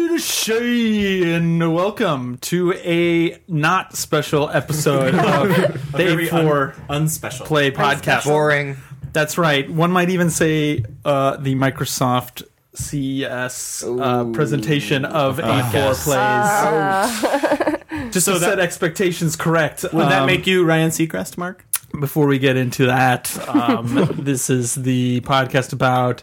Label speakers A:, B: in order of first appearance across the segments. A: Yiddishay, and welcome to a not special episode of Day
B: very
A: 4
B: unspecial.
A: Play Podcast.
C: boring.
A: That's right. One might even say uh, the Microsoft CES uh, presentation of A4
B: yes.
A: plays. Just to
B: So that-
A: set expectations correct. um,
B: Would that make you Ryan Seacrest, Mark?
A: before we get into that, um, this is the podcast about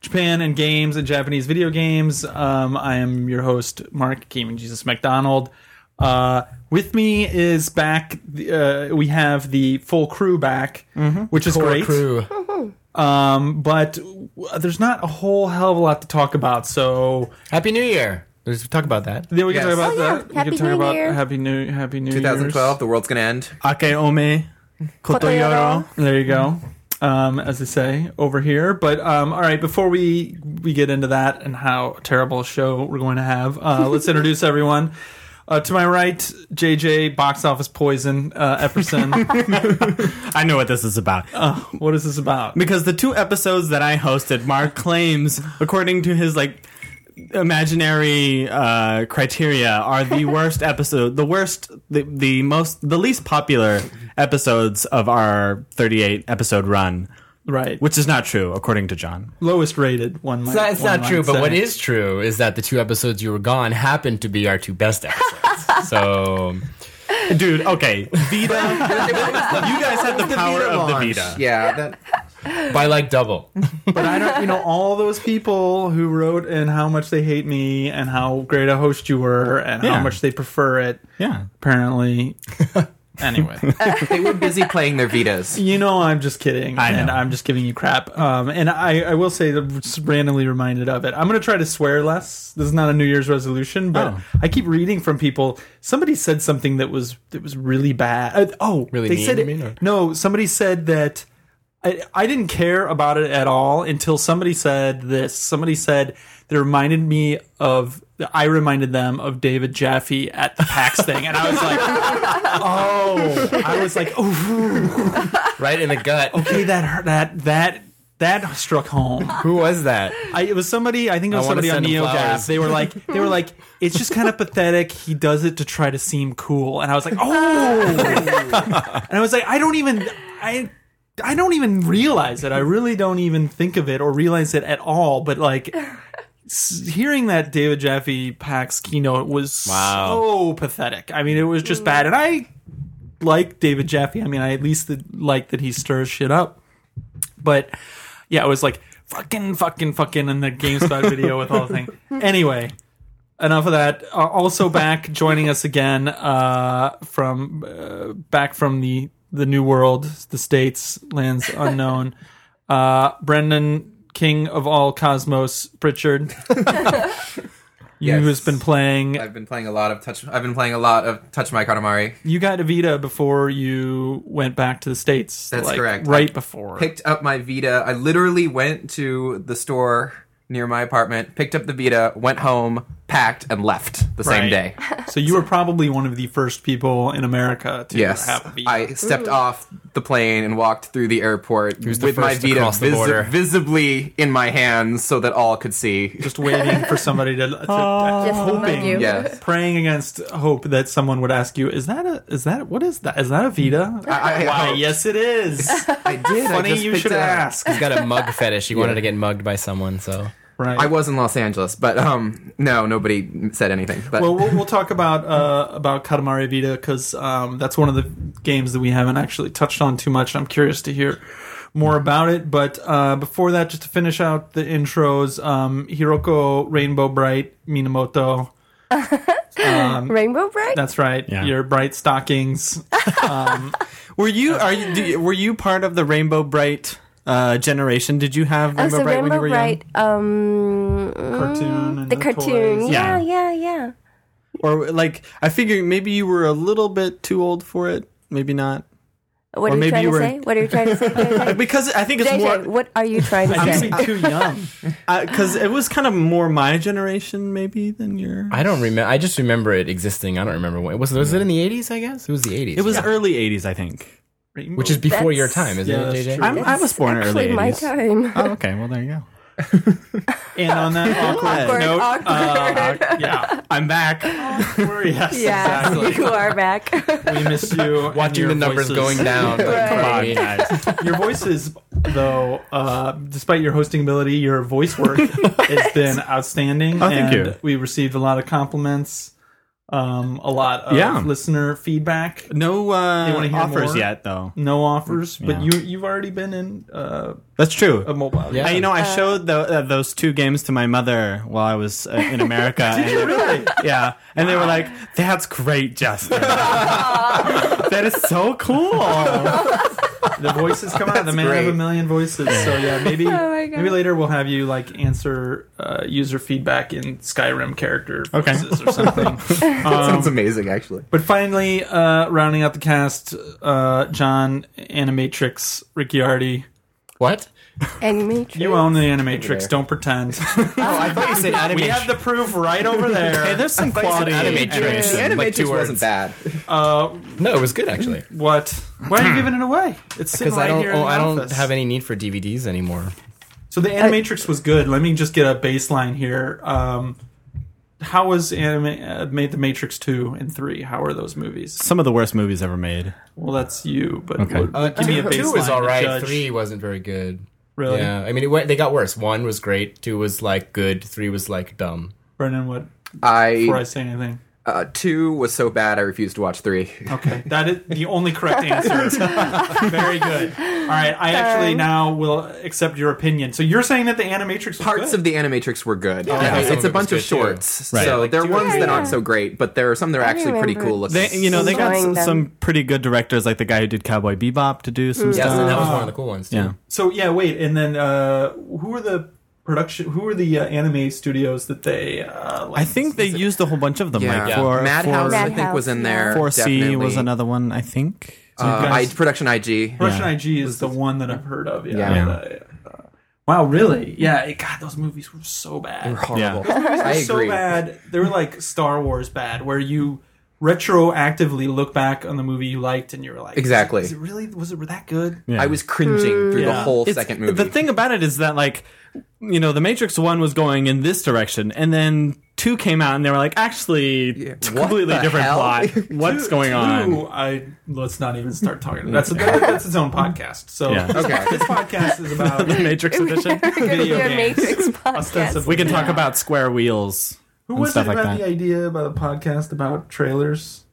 A: Japan and games and Japanese video games. Um, I am your host, Mark Game Jesus McDonald. Uh, with me is back. the- Uh, we have the full crew back, which is great.
C: Mm-hmm. Crew.
A: Um, but w- there's not a whole hell of a lot to talk about. So
C: Happy New Year. Let's talk about that.
A: then we can
C: Yes.
A: talk about
D: Oh, yeah.
A: that. We
D: Happy
A: can talk
D: New
A: about
D: Year.
A: Happy New Happy New
C: 2012,
A: Years.
C: the world's gonna end.
B: Akeome Kotoyoro.
D: Kotoyoro.
A: There you go. Um, as they say over here. But um, all right, before we we get into that and how terrible a show we're going to have, uh, let's introduce everyone. Uh, to my right, JJ, box office poison, uh, Epperson.
B: I know what this is about.
A: what is this about?
B: because the two episodes that I hosted, Mark claims, according to his like imaginary uh, criteria, are the worst episode, the worst, the, the most, the least popular episodes of our 38 episode run,
A: Right, which
B: which is not true, according to John.
A: lowest rated one?
C: It's not, it's not true, but what is true is that the two episodes you were gone happened to be our two best episodes. so
B: Dude, okay, Vita, you guys had the power of the
E: launch.
B: Vita.
E: Yeah, that,
C: by like double.
A: But I don't, you know, all those people who wrote and how much they hate me and how great a host you were and how
B: Yeah.
A: much they prefer it.
B: Yeah.
A: Apparently, anyway.
E: they were busy playing their Vitas.
A: You know, I'm just kidding,
B: I know.
A: and I'm just giving you crap. Um, and I, I will say, that I'm just randomly reminded of it. I'm going to try to swear less. This is not a New Year's resolution, but
B: Oh.
A: I keep reading from people. Somebody said something that was that was really bad. Uh, oh,
C: Really
A: they
C: mean,
A: said
C: you
A: it-
C: mean, or-
A: no. Somebody said that. I, I didn't care about it at all until somebody said this. Somebody said they reminded me of. I reminded them of David Jaffe at the PAX thing, and I was like, "Oh!" I was like, "Oh,
C: Right in the gut.
A: okay, that hurt, that that that struck home.
C: Who was that?
B: Uh,
A: I, it was somebody. I think it was
C: I wanna
A: somebody on
C: send him
A: NeoGaf.
C: flowers.
A: They were like, they were like, it's just kind of pathetic. He does it to try to seem cool, and I was like, oh, and I was like, I don't even, I. I don't even realize it. I really don't even think of it or realize it at all. But like s- hearing that David Jaffe Pax keynote was
C: Wow.
A: so pathetic. I mean, it was just bad. And I like David Jaffe. I mean, I at least like that he stirs shit up. But yeah, it was like fucking, fucking, fucking in the GameSpot video with all the thing. Anyway, enough of that. Uh, also back joining us again uh, from uh, back from the the new world, the states, lands unknown. Uh, Brendan, king of all cosmos, Pritchard. you
E: Yes.
A: who's been playing.
E: I've been playing a lot of touch. I've been playing a lot of Touch My Katamari.
A: You got a Vita before you went back to the states.
E: That's
A: like,
E: correct.
A: Right
E: I
A: before.
E: Picked up my Vita. I literally went to the store near my apartment, picked up the Vita, went home, packed, and left the
A: Right.
E: same day.
A: So you were probably one of the first people in America to
E: Yes,
A: have a Vita.
E: I stepped off the plane and walked through the airport
C: the
E: with my
C: first to
E: Vita
C: cross the border?
E: visibly in my hands, so that all could see.
A: just waiting for somebody to, to, to
D: Just
A: hoping,
D: remind you.
E: Yes.
A: praying against hope that someone would ask you, "Is that a? Is that what is that? Is that a Vita?"
E: I- I
A: Why,
E: hope.
A: yes, it is.
E: I did. I
A: Funny
E: just
A: you
E: picked
A: should
E: it up.
A: ask.
C: He's got a mug fetish. He wanted to get mugged by someone, so
A: Right.
E: I was in Los Angeles, but um, no, nobody said anything. But
A: well, we'll, we'll talk about uh, about Katamari Vita because um, that's one of the games that we haven't actually touched on too much. I'm curious to hear more about it. But uh, before that, just to finish out the intros, um, Hiroko Rainbow Bright Minamoto.
D: Rainbow Bright?
A: That's right.
B: Yeah.
A: Your bright stockings.
B: Were you are you, do you- were you part of the Rainbow Bright uh, generation? Did you have
D: Oh,
B: Rainbow
D: so
B: Bright when you
D: Rainbow
B: were
D: Bright, um,
A: Cartoon and
D: the
A: the
D: cartoon.
A: toys.
D: Yeah,
B: Yeah.
D: yeah, yeah.
B: young? Or like I figure maybe you were a little bit too old for it. Maybe not.
D: What
B: Or
D: are
B: maybe
D: you trying
B: you were-
D: to say? What are you trying to say? JJ?
B: Because I think it's
D: JJ,
B: more
D: what are you trying to
A: I'm
D: say?
A: being too young.
B: because it was kind of more my generation maybe than your.
C: I don't remember. I just remember it existing. I don't remember when. Was, was it in the 80s, I guess? It was the 80s.
B: it was
C: yeah.
B: early 80s, I think.
A: Rainbow
C: Which is before your
D: That's-
C: time, isn't
A: Yeah,
C: it,
A: that's
C: JJ?
A: true.
B: I'm, I was born early
D: Actually, my
B: 80s.
D: time.
B: Oh, okay. Well, there you go.
A: And on that awkward,
B: Awkward,
A: note,
D: awkward.
A: uh, yeah,
B: I'm back.
A: yes,
D: Yeah,
A: exactly.
D: you are back.
A: We miss you. and
C: Watching
A: your
C: the numbers
A: voices.
C: going down. like,
D: Right.
C: come on,
B: Right.
C: guys.
A: Your voices, though, uh, despite your hosting ability, your voice work has been outstanding.
B: Oh, thank
A: and
B: you.
A: We received a lot of compliments, um, a lot of
B: Yeah.
A: listener feedback.
B: No
A: You wanna
B: uh,
A: hear
B: offers
A: more?
B: yet, though.
A: No offers, but
B: Yeah.
A: you you've already been in uh,
B: That's true.
A: a mobile.
C: Yeah.
B: Uh, you know, I showed tho- uh, those two games to my mother while I was uh, in America. and they-
A: really?
B: Yeah, and they were like, "That's great, Justin. that is so cool."
A: the voices come out. The man
E: great.
A: of a million voices. So yeah, maybe
D: Oh my God.
A: maybe later we'll have you like answer uh, user feedback in Skyrim character
B: Okay.
A: voices or something.
E: That sounds amazing, actually.
A: but finally, uh, rounding out the cast, uh, John Animatrix Ricciardi.
C: What?
D: and me too.
A: You own the Animatrix.
E: Over there.
A: Don't pretend.
E: Oh, I thought you said animation.
A: we have the proof right over
B: Hey,
A: there.
B: there's some
E: thought
B: quality.
E: you said
B: animation.
E: The
C: like
E: animatrix
C: two words.
E: wasn't bad.
A: Uh,
C: No, it was good actually.
A: what? Why are you giving it away? It's sitting
C: Because
A: right
C: I don't,
A: here. in
C: oh,
A: the
C: I don't
A: office.
C: have any need for DVDs anymore.
A: So the Animatrix was good. Let me just get a baseline here. Um, how was anime uh, made the Matrix two and three? How are those movies?
B: Some of the worst movies ever made.
A: Well, that's you, but
B: Okay.
A: what- uh, give me a baseline.
C: Two was all
A: to
C: right.
A: judge.
C: Three wasn't very good.
A: really?
C: Yeah, I mean, it went, they got worse. One was great. Two was like good. Three was like dumb.
A: Brennan, what? Before I
E: I
A: say anything,
E: uh, two was so bad I refused to watch three.
A: okay, that is the only correct answer. Very good. All right, I actually now will accept your opinion. So you're saying that the Animatrix was
E: Parts
A: good.
E: of the Animatrix were good.
C: Yeah, some
E: it's
C: of it
E: a
C: was
E: bunch
C: good,
E: of
C: too.
E: shorts,
B: Right.
E: so
B: Like
E: there are ones that
D: Yeah.
E: aren't so great, but there are some that are
D: I
E: actually pretty
D: remember
E: cool looking.
B: They, you know, they got
D: Enjoying
B: s-
D: them.
B: some pretty good directors, like the guy who did Cowboy Bebop, to do some
E: Yes,
B: stuff.
C: that was one of the cool ones too.
B: Yeah.
A: so yeah, wait, and then uh, who were the production? Who were the uh, anime studios that they? Uh,
B: I think they used a whole bunch of them.
E: yeah,
B: Like for
E: Madhouse,
B: for,
E: I think was in there.
B: 4C was
E: definitely.
B: another one, I think.
E: Uh, I,
A: guys-
E: production IG.
A: Russian IG is the one that I've heard of. Yeah.
E: Yeah.
A: Uh, uh, wow, really? Yeah. It, God, those movies were so bad.
E: Horrible.
A: They
E: I
A: were
E: agree.
A: so bad. They were like Star Wars bad, where you retroactively look back on the movie you liked and you're like,
E: Exactly.
A: Is it really? Was it that good?
B: Yeah.
E: I was cringing through the
A: Yeah.
E: whole
B: It's-
E: second movie.
B: The thing about it is that like you know, the Matrix One was going in this direction, and then two came out, and they were like, actually, t-
E: What
B: completely
E: the
B: different
E: hell?
B: plot. What's going on?
A: Ooh, I let's not even start talking. That's that, that's its own podcast. So
B: Yeah.
A: this,
E: Okay.
A: this podcast is about
B: Matrix edition.
A: video
D: Your
A: games.
D: Matrix podcast.
A: Ostensibly.
B: We can talk about square wheels.
A: who
B: and
A: was it
B: stuff
A: about
B: like that.
A: the idea about a podcast about trailers?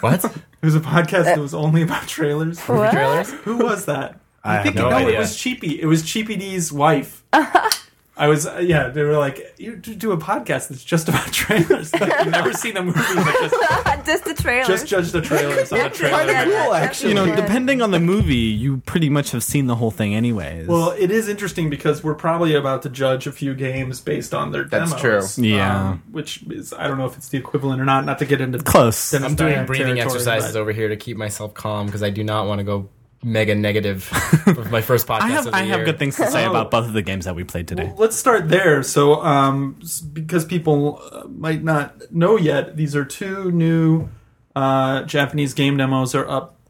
C: What?
A: It was a podcast that was only about trailers.
D: What?
A: Who was that? I,
B: have
A: think
C: no
A: no, it
C: idea.
A: was Cheapy. It was Cheapy D's wife. I was uh, yeah. They were like, you do do a podcast that's just about trailers. Like, you never seen the movie, but just
D: Just the trailer.
A: just judge the trailers on the trailer.
E: cool,
B: You know, depending on the movie, you pretty much have seen the whole thing, anyways.
A: Well, it is interesting because we're probably about to judge a few games based on their
E: That's
A: demos. Um,
E: true.
B: Yeah.
A: which is I don't know if it's the equivalent or not. Not to get into
B: close.
A: Dennis
C: I'm doing
A: Dyack
C: breathing
A: territory,
C: exercises
A: but-
C: over here to keep myself calm because I do not want to go mega negative with my first podcast.
B: I have
C: of the
B: I have
C: year.
B: good things to say
A: Oh.
B: about both of the games that we played today.
A: Well, let's start there. So, um, s- because people uh, might not know yet, these are two new uh, Japanese game demos are up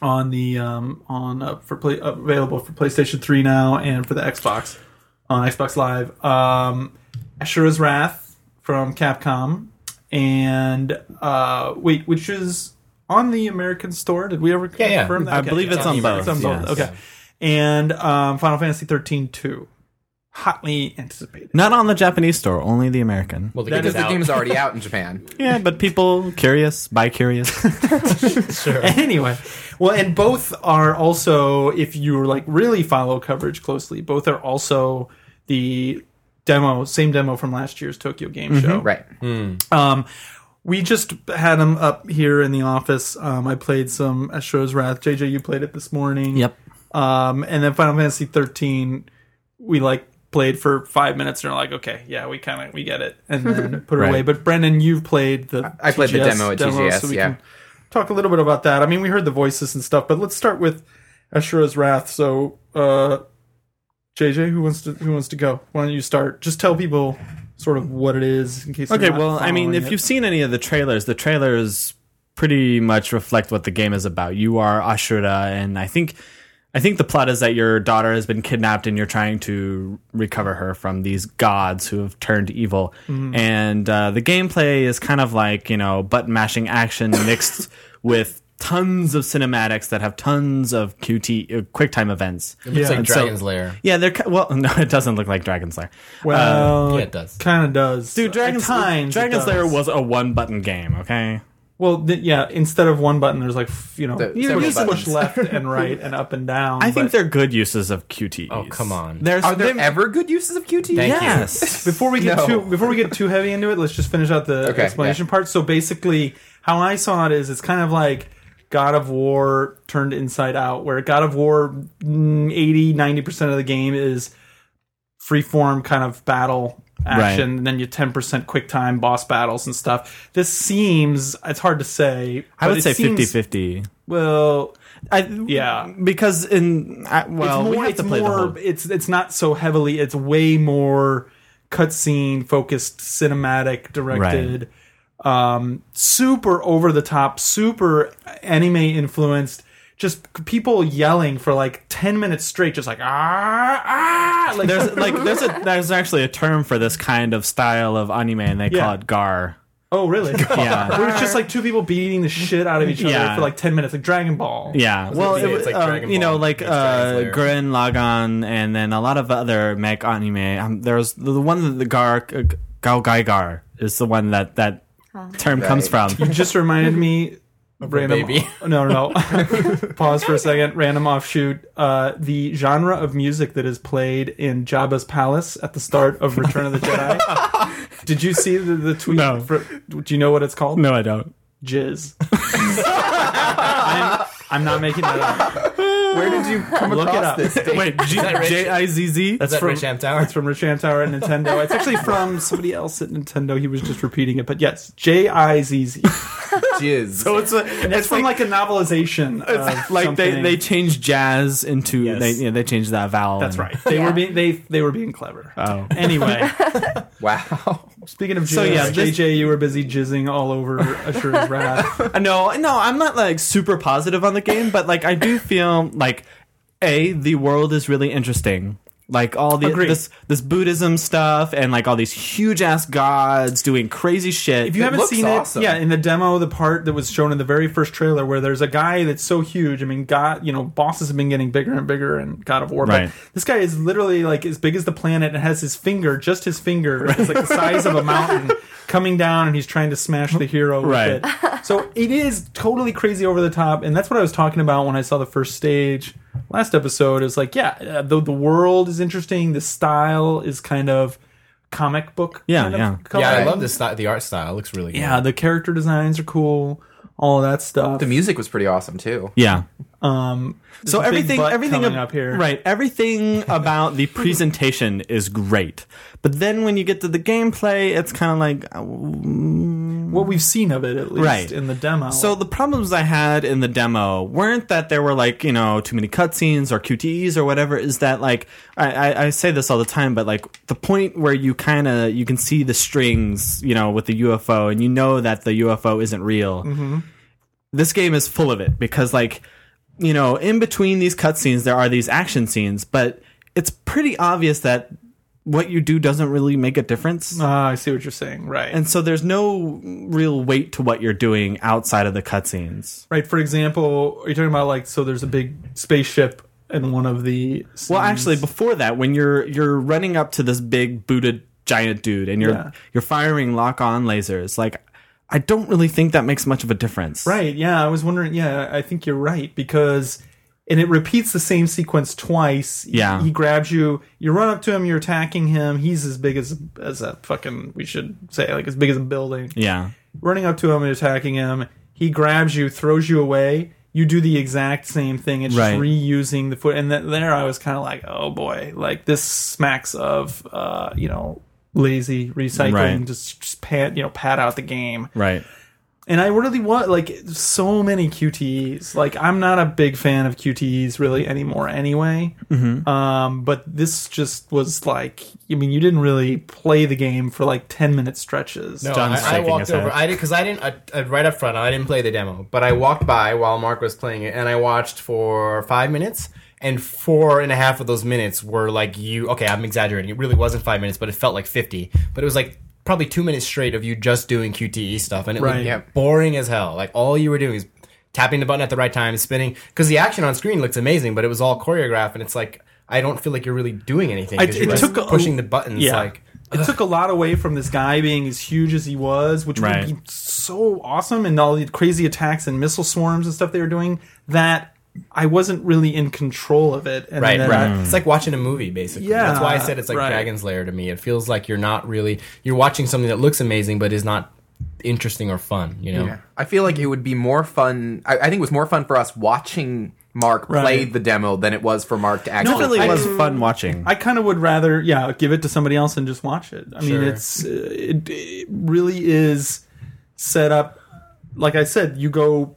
A: on the um, on uh, for play, available for PlayStation Three now and for the Xbox on Xbox Live. Um, Ashura's Wrath from Capcom, and uh, wait, which is on the American store. Did we ever
C: Yeah, yeah.
A: confirm that?
B: I
A: Okay,
B: believe
A: yeah.
B: it's on both.
A: It's on both.
B: yes.
A: Okay. And um, Final Fantasy 13 2. Hotly anticipated.
B: Not on the Japanese store, only the American.
C: Well, the
A: That
C: game
E: because
C: is
E: the
C: out.
E: game's already out in Japan.
B: yeah, but people curious, buy curious.
A: anyway, well, and both are also, if you like really follow coverage closely, both are also the demo, same demo from last year's Tokyo Game
B: Mm-hmm.
A: Show.
E: Right.
A: Um, we just had them up here in the office. Um, I played some Astro's Wrath. JJ, you played it this morning. Um, and then Final Fantasy 13, we like played for five minutes and are like, okay, yeah, we kind of we get it, and then put it
B: Right.
A: away. But Brendan, you've played the
E: I played the
A: TGS
E: demo at TGS,
A: so we
E: yeah.
A: can talk a little bit about that. I mean, we heard the voices and stuff, but let's start with Ashura's Wrath. So, uh, JJ, who wants to who wants to go? Why don't you start? Just tell people sort of what it is in case. they're
B: Okay,
A: not
B: well, I mean,
A: following
B: if
A: it.
B: you've seen any of the trailers, the trailers pretty much reflect what the game is about. You are Ashura, and I think I think the plot is that your daughter has been kidnapped and you're trying to recover her from these gods who have turned evil. And uh, the gameplay is kind of like, you know, button mashing action mixed with tons of cinematics that have tons of QT, uh, quick time events.
C: It's like
B: And so-
C: Dragon's Lair.
B: Yeah, they're, ki- well, no, it doesn't look like Dragon Slayer.
A: Well,
C: yeah, it does.
A: Kind of Uh, does.
B: Dude, Dragon,
A: At times, it
B: Dragon Slayer
A: does.
B: was a one button game, okay?
A: Well, th- yeah. Instead of one button, there's like f- you know,
E: There-
A: you
E: several
A: just push
E: buttons.
A: left and right and up and down.
B: I think
A: but
B: they're good uses of QTEs.
C: Oh, come on.
B: There's,
E: Are there
B: they've-
E: ever good uses of E? QT?
C: Thank you.
B: Yes.
A: before we get
E: No.
A: too before we get too heavy into it, let's just finish out the
E: Okay,
A: explanation part. So basically, how I saw it is, it's kind of like God of War turned inside out, where God of War mm, 80 90 percent of the game is freeform kind of battle action,
B: Right.
A: and then you ten percent quick time boss battles and stuff. This seems it's hard to say.
B: I
A: but
B: would
A: it
B: say
A: seems-
B: 50 50.
A: Well,
B: I,
A: Yeah.
B: because in I, well,
A: it's more,
B: we have
A: it's,
B: to play
A: more
B: the whole.
A: it's it's not so heavily it's way more cutscene focused cinematic directed um super over the top super anime influenced just people yelling for like 10 minutes straight just like ah ah like
B: There's like there's a there's actually a term for this kind of style of anime, and they
A: Yeah.
B: call it gar.
A: oh really
B: Yeah.
A: it was just like two people beating the shit out of each other
B: Yeah.
A: for like 10 minutes like dragon ball
B: Yeah, well,
C: it-
B: it,
C: it's like
B: um,
C: Dragon
B: you know,
C: Ball
B: like
C: meets Dragon
B: uh,
C: Slayer.
B: Gurren Lagann, and then a lot of other mech anime. Um, there's the the one that the gar uh, Gao Gai Gar is the one that that term comes from.
A: You just reminded me random
C: baby.
A: no no no pause for a second random offshoot uh the genre of music that is played in jabba's palace at the start of return of the jedi did you see the, the tweet
B: No.
A: for- do you know what it's called
B: No, I don't.
A: jizz I'm, I'm not making that up
E: Where did you come
A: Look it up.
E: across this? Dave?
B: Wait, G- J I Z Z.
C: Is that
A: from-
C: Rich Amp Tower?
A: it's from rich Amtower at nintendo it's actually from somebody else at nintendo he was just repeating it but yes j-i-z-z
E: Jizz.
B: So it's a,
A: it's from like, a novelization of
B: like they,
A: something.
B: they changed jazz into
A: Yes.
B: they you know, they changed that vowel.
A: That's
B: and-
A: right. They were being they they were being clever.
B: Oh.
A: Anyway,
E: wow.
A: Uh, speaking of jizz,
B: So, yeah, this-
A: JJ, you were busy jizzing all over Ashura's wrath.
B: Uh, No, no, I'm not like super positive on the game, but like I do feel like a the world is really interesting. Like all the
A: Agreed.
B: this this Buddhism stuff and like all these huge ass gods doing crazy shit.
A: If you haven't
E: looks
A: seen
E: awesome.
A: it, yeah, in the demo, the part that was shown in the very first trailer where there's a guy that's so huge. I mean, God, you know, bosses have been getting bigger and bigger in God of War,
B: Right.
A: but this guy is literally like as big as the planet and has his finger, just his finger, it's like the size of a mountain coming down, and he's trying to smash the hero with
B: Right.
A: it. So it is totally crazy over the top, and that's what I was talking about when I saw the first stage last episode. Is like, yeah, uh, the the world is interesting, the style is kind of comic book,
B: Yeah,
A: kind of
B: yeah.
A: color.
C: yeah, I love this. Style, the art style It looks really good.
A: Yeah, the character designs are cool. All that stuff.
E: The music was pretty awesome too.
B: yeah.
A: Um, there's a
B: So
A: big
B: everything,
A: butt
B: everything
A: coming
B: ab-
A: up here,
B: right? Everything about the presentation is great, but then when you get to the gameplay, it's kind of like
A: What we've seen of it, at least
B: Right.
A: in the demo.
B: So the problems I had in the demo weren't that there were like you know too many cutscenes or QTEs or whatever. Is that like I, I, I say this all the time, but like the point where you kind of you can see the strings, you know, with the UFO, and you know that the UFO isn't real. This game is full of it because like you know in between these cutscenes there are these action scenes, but it's pretty obvious that what you do doesn't really make a difference.
A: Ah, I see what you're saying. Right.
B: And so there's no real weight to what you're doing outside of the cutscenes.
A: right. For example, are you talking about like so? There's a big spaceship in one of the. Scenes.
B: Well, actually, before that, when you're you're running up to this big booted giant dude and you're
A: Yeah.
B: you're firing lock on lasers, like I don't really think that makes much of a difference.
A: Right. Yeah, I was wondering. Yeah, I think you're right because, and it repeats the same sequence twice.
B: Yeah.
A: He, grabs you. You run up to him. You're attacking him. He's as big as as a fucking. We should say like as big as a building.
B: Yeah.
A: running up to him and attacking him. He grabs you, throws you away. You do the exact same thing. It's
B: Right.
A: just reusing the foot. And th- there, I was kind of like, oh boy, like this smacks of, uh, you know, lazy recycling.
B: Right.
A: Just, just pat, you know, pat out the game.
B: Right.
A: And I really want like so many QTEs. Like I'm not a big fan of QTEs really anymore. Anyway,
B: Mm-hmm.
A: um, but this just was like, I mean, you didn't really play the game for like ten minute stretches.
C: No,
B: John's
C: I, I
B: shaking
C: walked
B: his head.
C: over. I did because I didn't I, I, right up front. I didn't play the demo, but I walked by while Mark was playing it, and I watched for five minutes. and four and a half of those minutes were like you. Okay, I'm exaggerating. It really wasn't five minutes, but it felt like fifty. But it was like probably two minutes straight of you just doing QTE stuff, and it
A: Right.
C: was
E: Yep.
C: boring as hell. Like all you were doing is tapping the button at the right time, spinning. Because the action on screen looks amazing, but it was all choreographed, and it's like I don't feel like you're really doing anything.
A: I-
C: 'cause
A: it
C: you're just
A: took a-
C: pushing the buttons.
A: yeah.
C: Like
A: it took a lot away from this guy being as huge as he was, which
B: Right.
A: would be so awesome, and all the crazy attacks and missile swarms and stuff they were doing. That I wasn't really in control of it, and
C: Right,
A: then
C: right.
A: I-
C: It's like watching a movie, basically.
A: Yeah,
C: That's why I said it's like
A: right.
C: Dragon's Lair to me. It feels like you're not really you're watching something that looks amazing but is not interesting or fun. You know,
E: Yeah. I feel like it would be more fun. I, I think it was more fun for us watching Mark play
A: Right.
E: the demo than it was for Mark to actually.
B: Definitely
A: I-
B: was fun watching.
A: I kind of would rather, yeah, give it to somebody else and just watch it. I
C: Sure.
A: mean, it's uh, it, it really is set up. Like I said, you go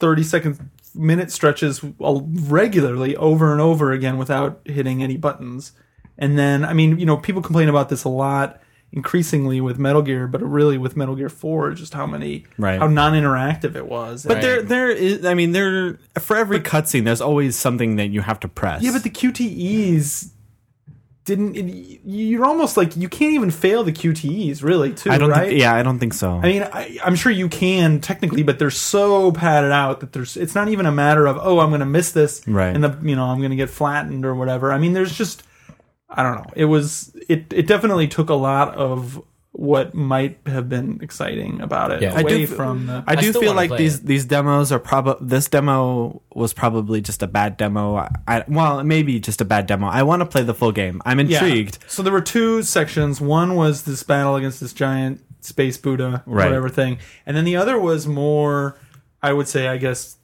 A: thirty second minute stretches all- regularly over and over again without hitting any buttons. And then, I mean, you know, people complain about this a lot increasingly with Metal Gear, but really with Metal Gear Four, just how many,
B: Right.
A: how non interactive it was.
B: but there, there is. I mean, there for every cutscene, there's always something that you have to press.
A: Yeah, but the QTEs didn't. It, you're almost like you can't even fail the QTEs, really. Too.
B: I don't.
A: Right?
B: Think, yeah, I don't think so.
A: I mean, I, I'm sure you can technically, but they're so padded out that there's. It's not even a matter of oh, I'm going to miss this,
B: Right.
A: And the you know I'm going to get flattened or whatever. I mean, there's just. I don't know. It was. It it definitely took a lot of what might have been exciting about it
C: Yeah. I
A: away
C: do
B: f-
A: from the.
B: I do
C: still
B: feel
C: wanna
B: like
C: play
B: these
C: it.
B: these demos are probably this demo was probably just a bad demo. I, I well, maybe just a bad demo. I want to play the full game. I'm intrigued.
A: So there were two sections. One was this battle against this giant space Buddha, or
B: Right.
A: whatever thing, and then the other was more, I would say, I guess,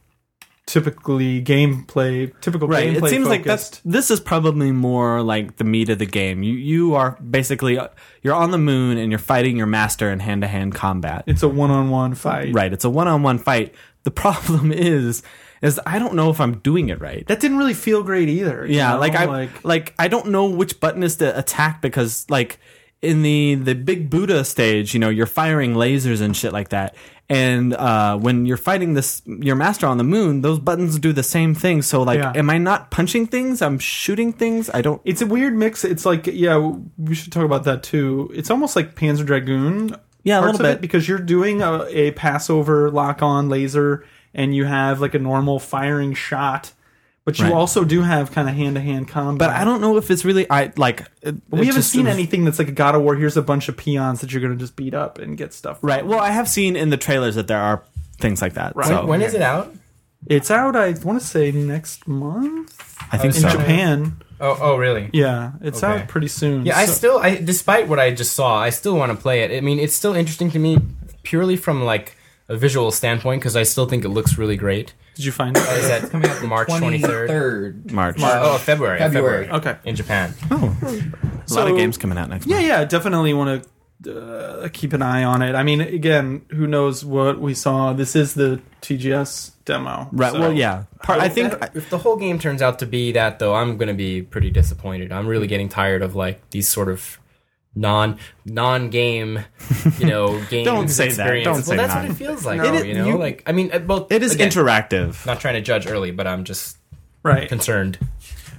A: typically gameplay, typical
B: Right.
A: gameplay.
B: It seems like
A: focused.
B: that's this is probably more like the meat of the game. You you are basically you're on the moon and you're fighting your master in hand to hand combat.
A: it's a one-on-one fight.
B: right. It's a one on one fight. The problem is is I don't know if I'm doing it right.
A: That didn't really feel great either. you
B: Yeah,
A: know?
B: like I like, I don't know which button is to attack because like in the the big Buddha stage, you know, you're firing lasers and shit like that. And uh, when you're fighting this your master on the moon, those buttons do the same thing. So like,
A: Yeah.
B: am I not punching things? I'm shooting things. I don't.
A: It's a weird mix. It's like yeah, we should talk about that too. It's almost like Panzer Dragoon.
B: Yeah, a
A: parts
B: little
A: of it,
B: bit.
A: because you're doing a, a Passover lock-on laser, and you have like a normal firing shot, but you
B: Right.
A: also do have kind of hand-to-hand combat.
B: But I don't know if it's really. I like.
A: We haven't seen anything that's like a God of War. Here's a bunch of peons that you're going to just beat up and get stuff. from.
B: Right. Well, I have seen in the trailers that there are things like that. Right.
C: When- when is it out?
A: It's out. I want to say next month
B: I think
A: in
B: so.
A: Japan.
C: Oh, oh, really?
A: Yeah, it's
C: Okay.
A: out pretty soon.
C: Yeah, I
A: so-
C: still, I despite what I just saw, I still want to play it. I mean, it's still interesting to me purely from like a visual standpoint because I still think it looks really great.
A: Did you find it?
C: Is that March twenty third?
E: third.
B: March.
C: Oh, February.
E: February.
C: February.
A: Okay.
C: In Japan.
B: a lot
A: So-
B: of games coming out next.
A: Yeah,
B: month.
A: yeah, definitely want to uh, keep an eye on it. I mean, again, who knows what we saw? This is the TGS demo.
B: Right.
A: so-
B: well, yeah. Part, I
C: If
B: think.
C: that- if the whole game turns out to be that, though, I'm going to be pretty disappointed. I'm really getting tired of like these sort of non non game, you know, games.
B: say that.
C: experience.
B: Don't
C: well,
B: say
C: that's
B: non.
C: what it feels like.
B: No.
C: though,
B: It-
C: you know,
B: you-
C: like I mean, uh, well,
B: It is
C: again,
B: interactive.
C: Not trying to judge early, but I'm just
A: Right.
C: concerned.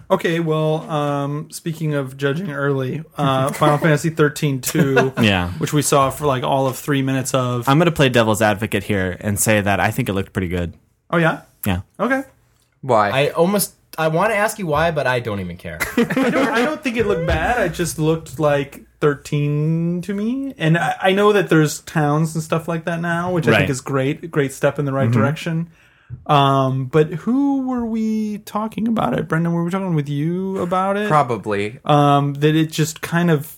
A: Okay. Well, um, speaking of judging early, uh, Final Fantasy 13 2,
B: Yeah.
A: which we saw for like all of three minutes of.
B: I'm going to play devil's advocate here and say that I think it looked pretty good.
A: oh yeah.
B: Yeah.
A: Okay.
E: Why?
C: I almost I want to ask you why, but I don't even care.
A: I don't think it looked bad. I just looked like 13 to me. And I, I know that there's towns and stuff like that now, which I
B: Right.
A: think is great. a Great step in the right direction. Um, but who were we talking about it? Brendan, were we talking with you about it?
E: Probably.
A: Um, that it just kind of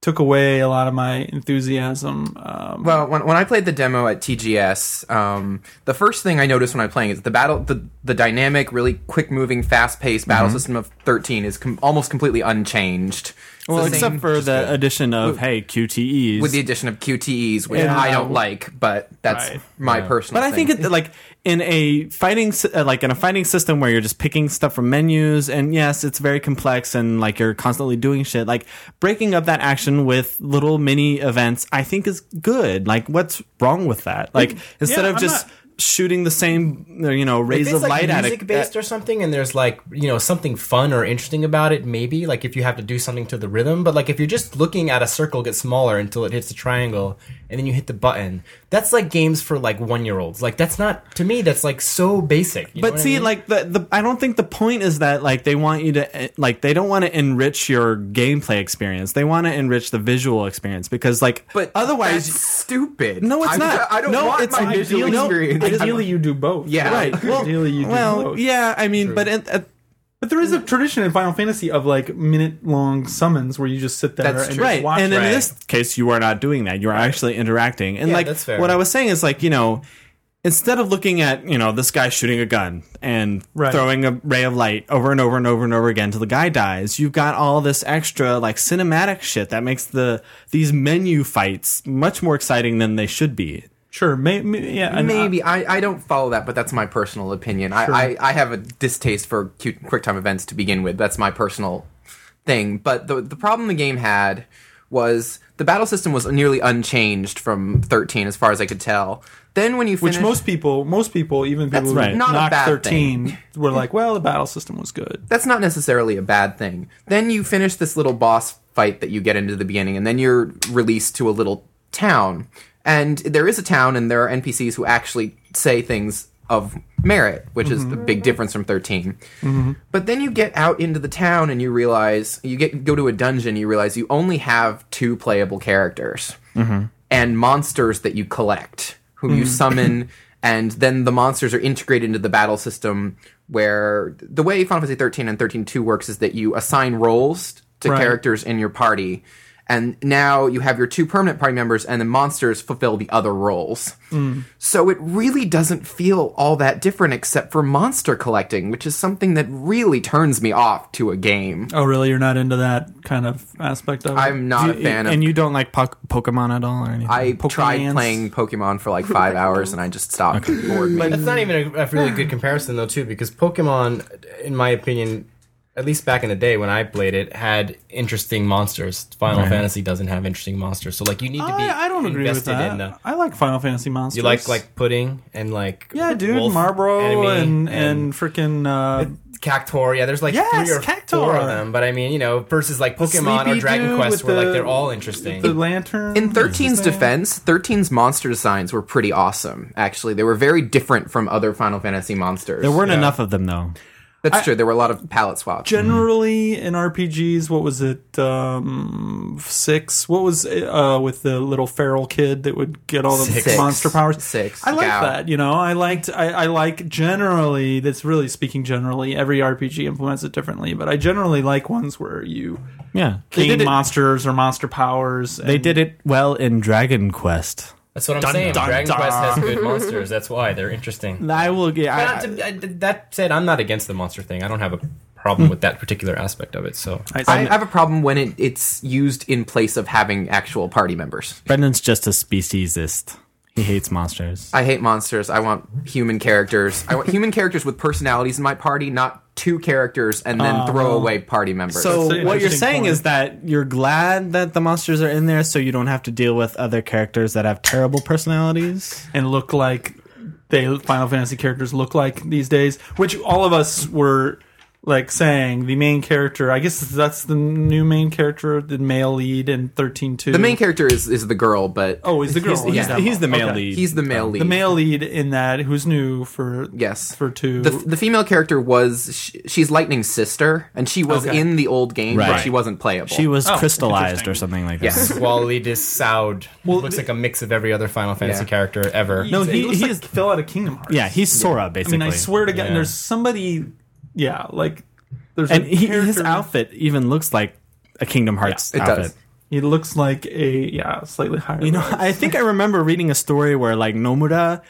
A: took away a lot of my enthusiasm. Um,
E: Well, when, when I played the demo at TGS, um, the first thing I noticed when I'm playing is the battle, the, the dynamic, really quick moving, fast paced battle system of 13 is com- almost completely unchanged. It's
B: Well,
E: the same-
B: except for the addition of, hey, QTEs.
E: with the addition of QTEs, which
A: Yeah.
E: I don't like, but that's
A: Right.
E: my personal.
B: but I think
E: thing.
B: it, like in a fighting s- uh, like in a fighting system where you're just picking stuff from menus and yes it's very complex and like you're constantly doing shit like breaking up that action with little mini events I think is good like what's wrong with that like instead
A: yeah,
B: of
A: I'm
B: just
A: not-
B: shooting the same you know rays
C: If
B: of
C: it's like
B: light
A: uh,
B: at
C: music
B: it.
C: based or something, and there's like you know something fun or interesting about it, maybe like if you have to do something to the rhythm. But like if you're just looking at a circle get smaller until it hits the triangle, and then you hit the button, that's like games for like one year olds. Like that's not to me. That's like so basic. you know
B: but
C: what I
B: see,
C: mean?
B: like the, the I don't think the point is that like they want you to eh, like they don't want to enrich your gameplay experience. They want to enrich the visual experience because like
E: But
B: otherwise
E: that's stupid.
B: No, it's
E: I-
B: not.
E: I don't
B: No,
E: want
B: it's
E: my
B: ideal-
E: visual
B: no,
E: experience.
A: Ideally, you do both.
E: Yeah.
B: right. Well,
A: Ideally, you do
B: well,
A: both.
B: yeah. I mean, but it, uh,
A: But there is a tradition in Final Fantasy of like minute long summons where you just sit there
E: That's
A: and just
E: true.
B: right
A: watch.
B: and
A: it.
B: in
C: Right.
B: this case you are not doing that you are actually interacting and
C: Yeah,
B: like
C: that's fair.
B: what i was saying is like you know instead of looking at you know this guy shooting a gun and
A: Right.
B: throwing a ray of light over and over and over and over again till the guy dies you've got all this extra like cinematic shit that makes the these menu fights much more exciting than they should be
A: sure, may, may- yeah, and, uh,
E: Maybe I, I don't follow that, but that's my personal opinion. I, I, I have a distaste for cute QuickTime events to begin with. That's my personal thing. But the the problem the game had was the battle system was nearly unchanged from 13, as far as I could tell. Then when you
A: which
E: finish,
A: most people, most people, even people
E: That's
A: who
B: right.
E: Not a
A: knocked
E: bad
A: thirteen, were like, "Well, the battle system was good."
E: that's not necessarily a bad thing. Then you finish this little boss fight that you get into the beginning, and then you're released to a little town. And there is a town, and there are NPCs who actually say things of merit, which is the big difference from 13. But then you get out into the town, and you realize you get go to a dungeon. You realize you only have two playable characters and monsters that you collect, whom you summon, and then the monsters are integrated into the battle system. Where the way Final Fantasy 13 and 13.2 works is that you assign roles to
A: Right.
E: characters in your party, and now you have your two permanent party members, and the monsters fulfill the other roles. So it really doesn't feel all that different, except for monster collecting, which is something that really turns me off to a game.
A: Oh, really? You're not into that kind of aspect of it?
E: I'm not a fan of
B: and you don't like poc pokemon at all or anything
E: I
A: Pokemon
E: tried
A: Dance.
E: playing Pokemon for like five hours and I just stopped. It bored me.
C: That's not even a, a really good comparison though, too, because Pokemon, in my opinion, at least back in the day when I played it, had interesting monsters. Final Fantasy doesn't have interesting monsters, so like you need to be.
A: I, I don't agree with
C: invested
A: that.
C: In the,
A: I like Final Fantasy monsters.
C: you like like pudding and like
A: yeah, dude,
C: wolf
A: Marlboro
C: enemy
A: and and, freaking uh,
C: Cactor. Yeah, there's like
A: Yes,
C: three or four
A: Cactuar.
C: of them. But I mean, you know, versus like Pokemon or
A: Sleepy
C: Dragon
A: dude with
C: Quest, where
A: the-
C: like they're all interesting.
A: the lantern
E: In 13's defense, 13's monster designs were pretty awesome, actually. They were very different from other Final Fantasy monsters.
B: there weren't enough of them though
E: That's true. There were a lot of palette swaps.
A: Generally, in RPGs, what was it? Um, six. What was it, uh, with the little feral kid that would get all the
E: Six.
A: monster powers?
E: Six.
A: I like
E: Gal.
A: that. You know, I liked. I, I like generally. That's really speaking generally. Every RPG implements it differently, but I generally like ones where you
B: yeah
A: gain
B: did it-
A: monsters or monster powers.
B: they did it well in dragon quest
C: That's what I'm saying.
A: dun,
C: Dragon
A: dun.
C: Quest has good monsters. That's why they're interesting.
B: i will yeah I-
C: Not to- I- that said, I'm not against the monster thing. I don't have a problem with that particular aspect of it. So
E: I have a problem when it, it's used in place of having actual party members.
B: Brendan's just a speciesist. He hates monsters.
E: I hate monsters. I want human characters. I want human characters with personalities in my party, not two characters and then throw away party members.
A: That's
B: So
A: an
B: what you're
A: interesting
B: saying
A: point.
B: is that you're glad that the monsters are in there, so you don't have to deal with other characters that have terrible personalities.
A: and look like they Final Fantasy characters look like these days, which all of us were like saying the main character. I guess that's the new main character, the male lead in thirteen two.
E: the main character is, is the girl, but
A: oh, is the girl.
B: He's,
A: Yeah.
B: he's the male
A: Okay.
B: lead.
E: he's the male lead.
A: The male lead in that who's new for
E: Yes.
A: for two.
E: The, the female character was she, she's Lightning's sister, and she was
A: Okay.
E: in the old game, but
B: Right.
E: she wasn't playable.
B: she was
A: Oh,
B: crystallized
A: interesting.
B: or something like that.
E: Yes.
C: Wally de Soud looks like a mix of every other Final Fantasy
E: Yeah.
C: character ever.
A: no, he,
B: he-
A: looks
B: he's-
A: like fell out of Kingdom Hearts.
B: Yeah, he's Sora
A: I
B: basically.
A: mean, I swear to God,
C: Yeah.
A: and there's somebody. Yeah, like there's
B: And
A: a
B: he, his
A: character-
B: outfit even looks like a Kingdom Hearts
E: it
B: outfit.
E: does.
A: He looks like a yeah, slightly higher.
B: You know, I think I remember reading a story where like Nomura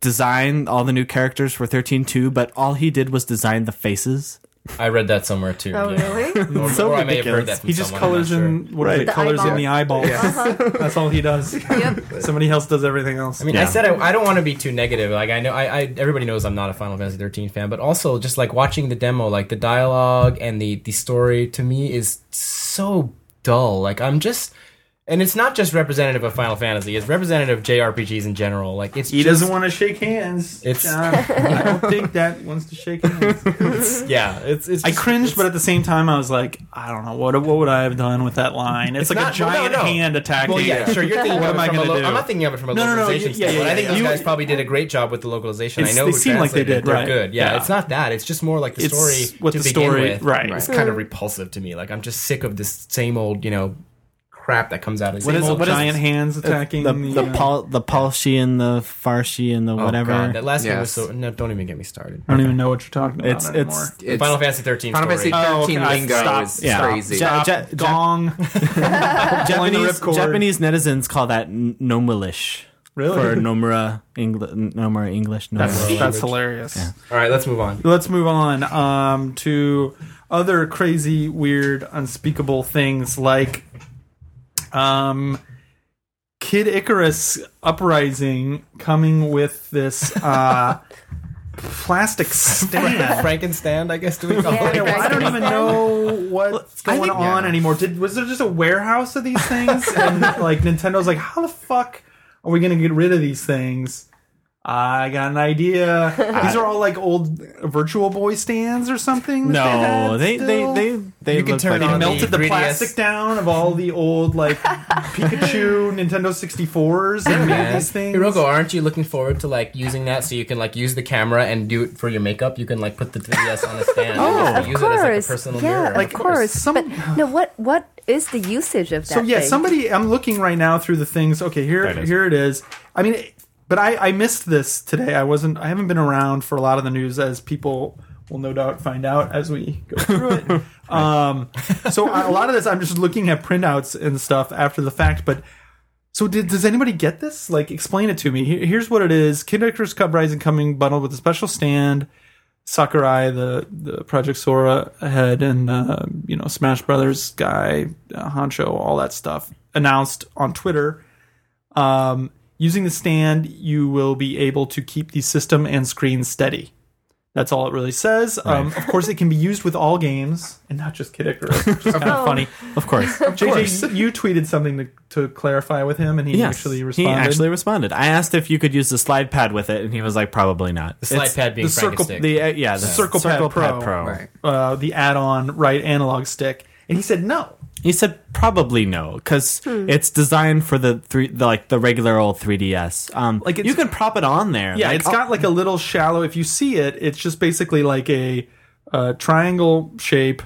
B: designed all the new characters for 13.2, but all he did was design the faces.
C: I read that somewhere too.
D: Oh,
C: yeah.
D: really?
C: Or,
B: So
C: or I may have
B: ridiculous.
C: heard that from
A: He just
C: someone, I'm
A: colors
C: not sure.
A: in what is
B: Right.
A: it?
D: The
A: Colors in
D: eyeball.
A: the eyeballs.
D: Uh-huh.
A: That's all he does.
D: Yep.
A: Somebody else does everything else.
C: I mean,
B: Yeah.
C: I said I, I don't want to be too negative. Like I know, I, I everybody knows I'm not a Final Fantasy 13 fan, but also just like watching the demo, like the dialogue and the the story to me is so dull. Like I'm just, and it's not just representative of Final Fantasy; it's representative of JRPGs in general. Like it's
A: He
C: just,
A: doesn't want to shake hands.
C: It's-
A: John. I don't think that wants to shake hands.
C: Yeah, it's it's.
A: I
C: just-
A: cringed, but at the same time, I was like, I don't know what what would I have done with that line? It's, like
C: not-
A: a
C: well, no,
A: giant
C: no.
A: hand attacking.
C: Well, yeah, sure. You're thinking.
A: What
C: of
A: am
C: it
A: I
C: from a
A: gonna
C: lo-
A: do?
C: I'm not thinking of it from a
A: No, no, no,
C: localization
A: you- yeah, yeah,
C: standpoint. I
A: yeah,
C: think
A: yeah.
C: these
A: You-
C: guys probably did a great job with the localization. I
A: It's-
C: know
A: they
C: it was
A: seem like they did,
C: translated, They're
A: right.
C: good. Yeah,
A: Yeah.
C: it's not that. It's just more like the
A: It's
C: story.
A: what
C: to
A: the
C: begin
A: story-
C: with
A: right.
C: It's kind of repulsive to me. Like I'm just sick of this same old, you know, crap that comes out of
A: What
C: these
A: is,
C: old
A: what
B: is-
A: giant hands attacking
B: the
A: the,
B: the,
A: uh,
B: Pal- the Palshi and the Farshi and the
C: Oh,
B: whatever.
C: God, that last one was
E: Yes.
C: so. No, don't even get me started.
A: I don't even know what you're talking about
B: It's- it's-
A: anymore.
E: It's,
C: Final Fantasy 13
E: Final
C: story.
E: Fantasy
A: Oh, okay,
E: 13
A: I-
E: lingo
A: stop,
E: is
A: yeah.
E: crazy.
B: Ja- ja- ja-
A: Gong. Pulling the
B: Japanese
A: ripcord.
B: Japanese netizens call that n- nomilish
A: Really?
B: for nomura Engl- nomura English.
A: That's,
B: Nomura.
A: that's hilarious.
C: All right, let's move on.
A: Let's move on um, to other crazy, weird, unspeakable things like um, Kid Icarus Uprising coming with this uh, plastic stand.
C: Frankenstein, I guess. Do we call
D: Yeah,
C: it?
A: Yeah, well, I don't even know what's
E: I
A: going
E: think-
A: on
E: yeah.
A: anymore. Did was there just a warehouse of these things? and like Nintendo's like, how the fuck are we gonna get rid of these things? I got an idea. These are all like old Virtual Boy stands or something. that
B: no,
A: had
B: they, they
A: still?
B: they they
C: You can
B: look
C: turn
B: like-
A: They
C: on
A: melted the
C: 3DS.
A: plastic down of all the old like Pikachu Nintendo sixty fours and made
C: Yeah.
A: these things.
C: Hiroko, aren't you looking forward to like using that so you can like use the camera and do it for your makeup? You can like put the 3DS on a stand and
D: Oh, Of
C: just use it as like a
D: course,
C: personal
D: yeah,
C: mirror.
A: Like,
D: of course.
A: some-
D: but no, what what is the usage of that?
A: So yeah,
D: thing?
A: somebody I'm looking right now through the things. Okay, here
B: it is.
A: here it is. I mean, it- but I I missed this today. I wasn't I haven't been around for a lot of the news as people will no doubt find out as we go through it. um so I, a lot of this I'm just looking at printouts and stuff after the fact, but so did, does anybody get this? Like, explain it to me. Here- Here's what it is: Kid Icarus Cup Rising coming bundled with a special stand, Sakurai, the the Project Sora head, and uh, you know Smash Brothers guy, uh, Hancho, all that stuff announced on Twitter. Um, using the stand, you will be able to keep the system and screen steady. That's all it really says. Um, of course, it can be used with all games and not just Kid Icarus, which is kind of funny.
B: Oh. of course.
A: JJ, you tweeted something to, to clarify with him, and he
B: Yes,
A: actually responded.
B: He actually responded. I asked if you could use the slide pad with it, and he was like, "Probably not." The
C: slide pad being
A: the circle-
C: Frankenstick.
B: the uh, yeah, the
A: Circle Pad Pro.
E: Right.
A: uh, the add-on right analog stick, and he said no.
B: He said probably no because it's designed for the three, the, like the regular old 3ds. Um,
A: Like,
B: like
A: it's-
B: you can prop it on there.
A: Yeah,
B: Like,
A: it's got like a little shallow. If you see it, it's just basically like a uh, triangle shape,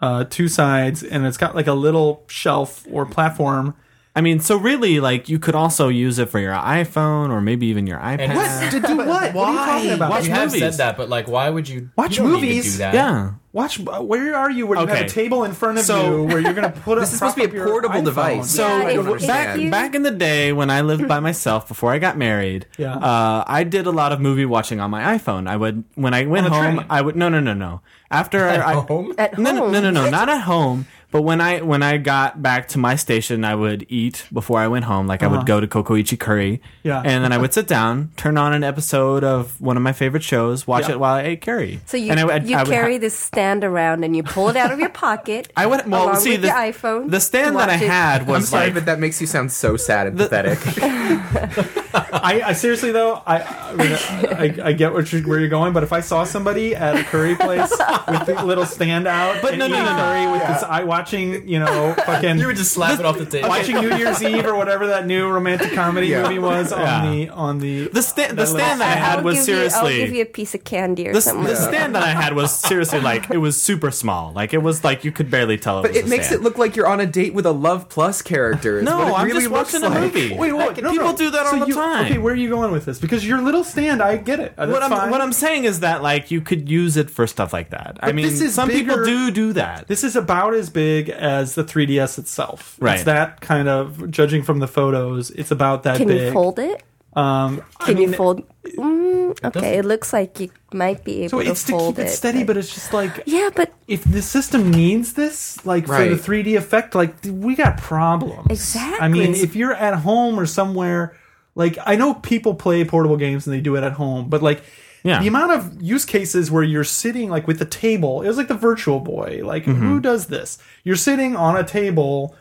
A: uh, two sides, and it's got like a little shelf or platform.
B: I mean, so really, like you could also use it for your iPhone or maybe even your iPad.
A: What to do? What? What are you talking about?
B: Watch
C: you have
B: movies.
C: said that, but like, why would you
A: Watch
C: you don't need to
A: movies.
C: do that.
B: Yeah,
A: Watch. uh, Where are you? Where you
B: Okay.
A: have a table in front of you
B: So-
A: where you're going to put.
E: This is supposed to be a portable device.
B: So
D: Yeah, I don't
B: w- back
D: understand.
B: back in the day when I lived by myself before I got married,
A: Yeah.
B: uh, I did a lot of movie watching on my iPhone. I would when I went
A: On the
B: home,
A: train?
B: I would no no no no after I,
C: home?
D: At
B: no, no
D: home?
B: no no no not at home. But when I when I got back to my station, I would eat before I went home. Like I would go to Kokoichi Curry,
A: Yeah.
B: and then I would sit down, turn on an episode of one of my favorite shows, watch
A: Yeah.
B: it while I ate curry.
D: So you
B: and I, would-
D: you
B: I would ha-
D: carry this stand around and you pull it out of your pocket.
B: I would well
D: along
B: see
D: with
B: the
D: your iPhone.
B: The
D: to
B: stand that I
D: watch it.
B: had was
E: I'm sorry,
B: like
E: but that makes you sound so sad and pathetic.
A: I, I seriously though, I I, mean, I, I get what you're, where you're going, but if I saw somebody at a curry place with the little stand out, but
B: no, no, no, no.
A: curry with this eye watching, you know, fucking
C: You would just slap it off the table.
A: watching New Year's Eve or whatever that new romantic comedy
E: Yeah.
A: movie was
B: Yeah.
A: on the on the
B: the stand the
A: That
B: stand that I
D: I'll
B: had was
D: give you-
B: seriously.
D: I'll give you a piece of candy or
B: the,
D: something.
B: the
D: like that.
B: stand that I had was seriously like it was super small. Like it was like you could barely tell. It
E: But
B: was
E: it
B: a
E: makes it
B: stand.
E: look like you're on a date with a Love Plus character. is
B: No,
E: what it
B: I'm
E: really
B: just
E: looks
B: watching a
E: like.
B: movie.
A: Wait, wait, no,
B: people
A: no.
B: do that
A: So
B: all the
A: you-
B: time.
A: Okay, where are you going with this? Because your little stand, I get it. That's
B: What I'm,
A: fine.
B: what I'm saying is that like you could use it for stuff like that. I mean,
A: this is
B: some people
A: bigger-
B: do do that.
A: This is about as big as the 3DS itself. It's
B: Right.
A: that kind of judging from the photos, it's about that
D: Can
A: big.
D: you fold it?
A: Um,
D: Can you fold? Mm, okay, it looks like you might be able
A: So
D: to
A: it's to
D: fold
A: keep it
D: it,
A: steady, but it's just like
D: yeah, but
A: if the system needs this, like for
E: Right.
A: the 3D effect, like th- we got problems. I mean,
D: Exactly.
A: if you're at home or somewhere, like I know people play portable games and they do it at home, but like
B: Yeah.
A: the amount of use cases where you're sitting
B: Mm-hmm.
A: like with the table, it was like the Virtual Boy. Like who does this? You're sitting on a table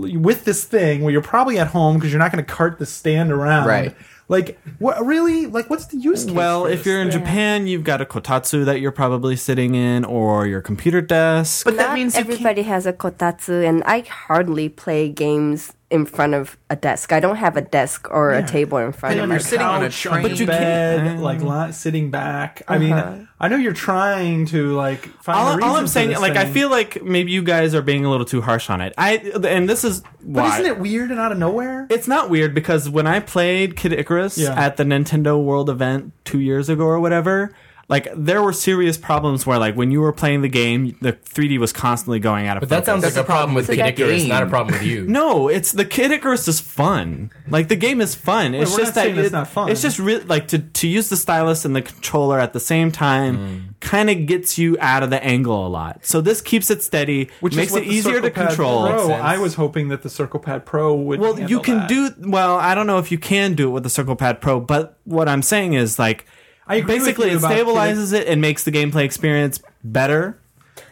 A: with this thing where you're probably at home because you're not going to cart the stand around.
E: Right.
A: Like what really? Like what's the use case?
B: Well,
A: for
B: if
A: this
B: you're in
A: thing?
B: Japan, you've got a kotatsu that you're probably sitting in, or your computer desk.
E: But that
D: Not
E: means you can't-
D: everybody has a kotatsu, and I hardly play games in front of a desk. I don't have a desk or a table in front
E: Yeah,
D: of
E: you're
D: me.
E: sitting on a
A: couch,
E: train.
A: but you
B: Bed.
A: can't like li- sitting back. I mean, I know you're trying to like find. a
B: all,
A: reason
B: all I'm
A: for
B: saying,
A: this
B: like, I
A: thing.
B: feel like maybe you guys are being a little too harsh on it. I and this is why.
A: But isn't it weird and out of nowhere?
B: It's not weird because when I played Kid Icarus
A: Yeah.
B: at the Nintendo World event two years ago or whatever, like there were serious problems where like when you were playing the game, the 3D was constantly going out of
C: But that
B: focus.
C: sounds
E: That's
C: like
E: a
C: a problem
E: problem
C: with
E: with
C: Kid
E: the
C: Icarus,
E: game.
C: not a problem with you.
B: no, it's the Kid Icarus is fun. Like the game is fun. it's
A: we're
B: just
A: not
B: that
A: saying it's
B: it-
A: not fun.
B: It's just really like to to use the stylus and the controller at the same time
C: Mm.
B: kind of gets you out of the angle a lot. So this keeps it steady,
A: Which
B: which
A: is
B: makes
A: what
B: it
A: the
B: easier to
A: Circle Pad
B: control.
A: Pro,
C: sense.
A: Oh, I was hoping that the Circle Pad Pro would.
B: Well, you
A: handle
B: can
A: that.
B: do well. I don't know if you can do it with the Circle Pad Pro, but what I'm saying is like,
A: I agree with
B: basically
A: you
B: it
A: about
B: stabilizes it and makes the gameplay experience better.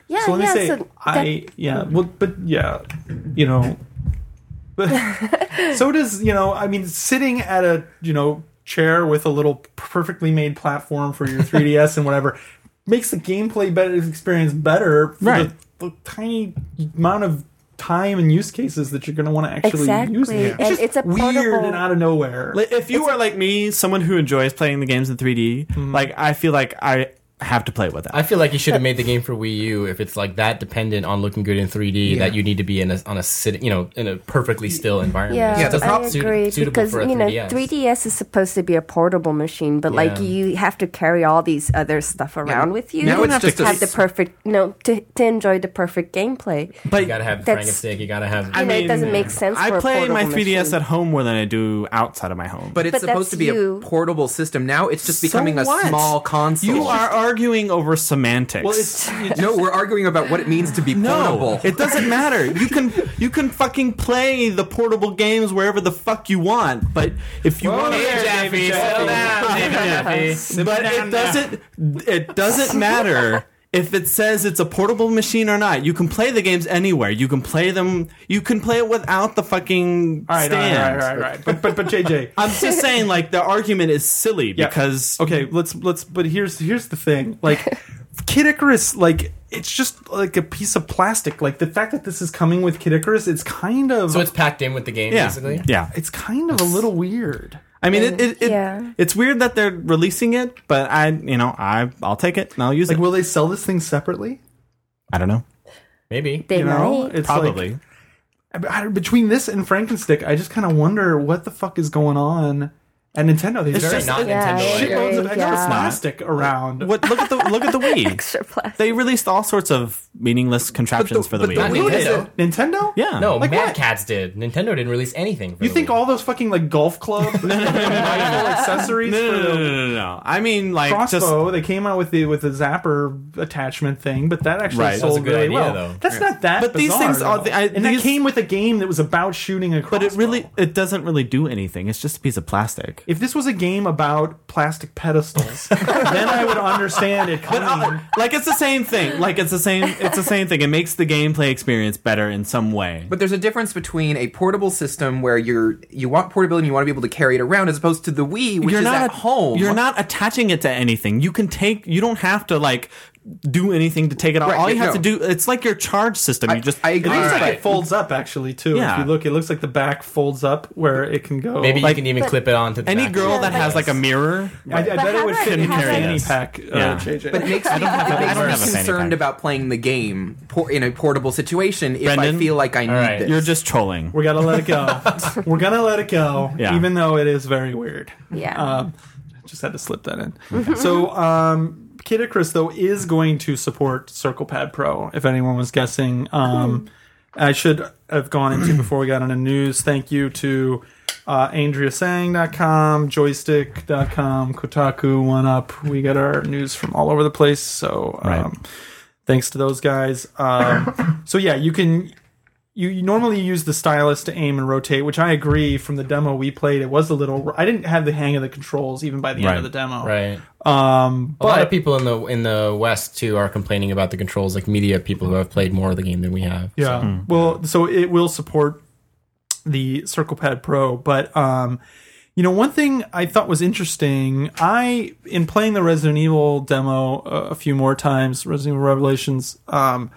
D: Yeah,
A: So let me
D: yeah.
A: say,
D: so
A: I yeah, well, but yeah, you know, but so does you know. I mean, sitting at a you know chair with a little perfectly made platform for your 3ds and whatever makes the gameplay better experience better for
B: Right.
A: the, the tiny amount of time and use cases that you're going to want to actually use
D: Exactly.
A: it.
D: And
A: just
D: it's a
A: weird
D: portable-
A: and out of nowhere.
B: Like, if you are like me, someone who enjoys playing the games in 3D, like I feel like I have to play with it.
C: I feel like you should have made the game for Wii U if it's like that dependent on looking good in 3D that you need to be in a on a sit, you know in a perfectly still environment.
D: yeah,
C: So it's
D: I
C: not suit-
D: agree
C: suitable
D: because
C: for a
D: you know
C: 3DS.
D: 3ds is supposed to be a portable machine, but like
C: Yeah.
D: you have to carry all these other stuff around with you.
E: Now
D: You
E: it's
D: have
E: just
D: to
E: a
D: have the
E: s-
D: perfect no to, to enjoy the perfect gameplay.
B: but
C: You gotta have
D: That's-
C: Frankenstein. You gotta have.
D: I mean, it doesn't make sense.
B: I
D: for a
B: play my
D: portable
B: 3DS
D: machine.
B: at home more than I do outside of my home.
E: But it's
D: But
E: supposed
D: that's
E: to be
D: you.
E: a portable system. Now it's just
B: So
E: becoming a
B: what?
E: small console.
B: you are arguing over semantics.
A: well, it's, it's
E: No, we're arguing about what it means to be
B: No,
E: portable.
B: it doesn't matter. You can you can fucking play the portable games wherever the fuck you want, but if you want
A: there,
B: to
A: David Jaffe.
B: but it doesn't it doesn't matter if it says it's a portable machine or not. You can play the games anywhere. You can play them you can play it without the fucking
A: all right, all right,
B: stand.
A: all right, all right. But but but JJ,
B: I'm just saying like the argument is silly
A: Yeah.
B: because
A: okay let's let's but here's here's the thing like kid icarus like it's just like a piece of plastic like the fact that this is coming with kid icarus it's kind of
C: so it's packed in with the game
B: yeah,
C: basically.
B: yeah.
A: it's kind of a little weird
B: I mean, it, it, it
D: Yeah.
B: it's weird that they're releasing it, but I, you know, I I'll take it and I'll use
A: like
B: it.
A: will they sell this thing separately
B: I don't know,
C: Maybe.
D: They
A: you know
D: might.
A: it's
B: probably.
A: like, I- I- between this and frankenstick i just kind of wonder what the fuck is going on at nintendo they
C: It's
A: very
C: very not
D: Yeah,
C: Nintendo.
D: yeah.
A: shitloads of extra
D: Yeah.
A: plastic around
B: what look at the look at the Wii.
D: extra plastic.
B: They released all sorts of meaningless contraptions for the
E: but
B: Wii.
E: the
C: Not
E: Wii is
C: Nintendo.
E: a-
A: nintendo
B: yeah,
C: No,
A: Like
C: Mad
A: what?
C: Cats did. Nintendo didn't release anything. For
A: you
C: the
A: think
C: Wii.
A: all those fucking like golf club accessories
B: no,
A: for
B: no,
A: the
B: no, no, no, no. I mean, like
A: crossbow. they came out with the with the zapper attachment thing, but that actually
B: Right. That's
A: sold
C: a good
A: really
C: idea,
A: well.
C: though.
A: That's not that.
B: But these
A: bizarre,
B: things are
A: though.
B: the- I-
A: and
B: these-
A: that came with a game that was about shooting a crossbow.
B: just, but it really it doesn't really do anything. It's just a piece of plastic.
A: If this was a game about plastic pedestals, then I would understand it.
B: But
A: coming.
B: uh, like it's the same thing. Like it's the same. It's the same thing. It makes the gameplay experience better in some way.
E: But there's a difference between a portable system where you're you want portability and you want to be able to carry it around, as opposed to the Wii, which is at
B: a-
E: home.
B: You're not attaching it to anything. You can take. You don't have to like do anything to take it off.
E: Right,
B: All you
E: no.
B: have to do. It's like your charge system. You just.
E: I agree.
A: it looks like
E: Alright.
A: it folds up actually too.
B: Yeah.
A: If you look, it looks like the back folds up where it can go.
C: Maybe
B: Like,
C: you can even clip it onto the
B: Any
C: back.
B: girl
D: Yeah,
B: that
D: but
B: has like a mirror.
A: I, I bet it
D: how
A: would
D: about-
A: fit in your
D: how about-
A: fanny pack. Uh,
B: Yeah.
A: JJ.
E: But it makes me, it
B: I
E: makes
B: don't
E: me
B: have a fanny
E: concerned
B: pack.
E: about playing the game por- in a portable situation if
B: Brendan?
E: I feel like I need
C: right.
E: this.
B: You're just trolling.
A: we're gonna let it go. We're gonna let it go,
B: Yeah.
A: even though it is very weird.
D: Yeah.
A: Um, just had to slip that in. so, um, Kid Icarus, though, is going to support Circle Pad Pro, if anyone was guessing. Um, I should have gone into before we got into news. Thank you to uh, AndreaSang.com, Joystick.com, Kotaku, One Up. We get our news from all over the place. So, um,
B: Right.
A: thanks to those guys. Um, so, yeah, you can you, you normally use the stylus to aim and rotate, which I agree. From the demo we played, it was a little. I didn't have the hang of the controls even by the
B: Right.
A: end of the demo.
C: Right.
A: Um,
C: A lot of
A: but
C: people in the in the West too are complaining about the controls, like media people who have played more of the game than we have.
A: yeah. Well, so it will support the Circle Pad Pro, but um, you know, one thing I thought was interesting, I in playing the Resident Evil demo a, a few more times, Resident Evil Revelations, um,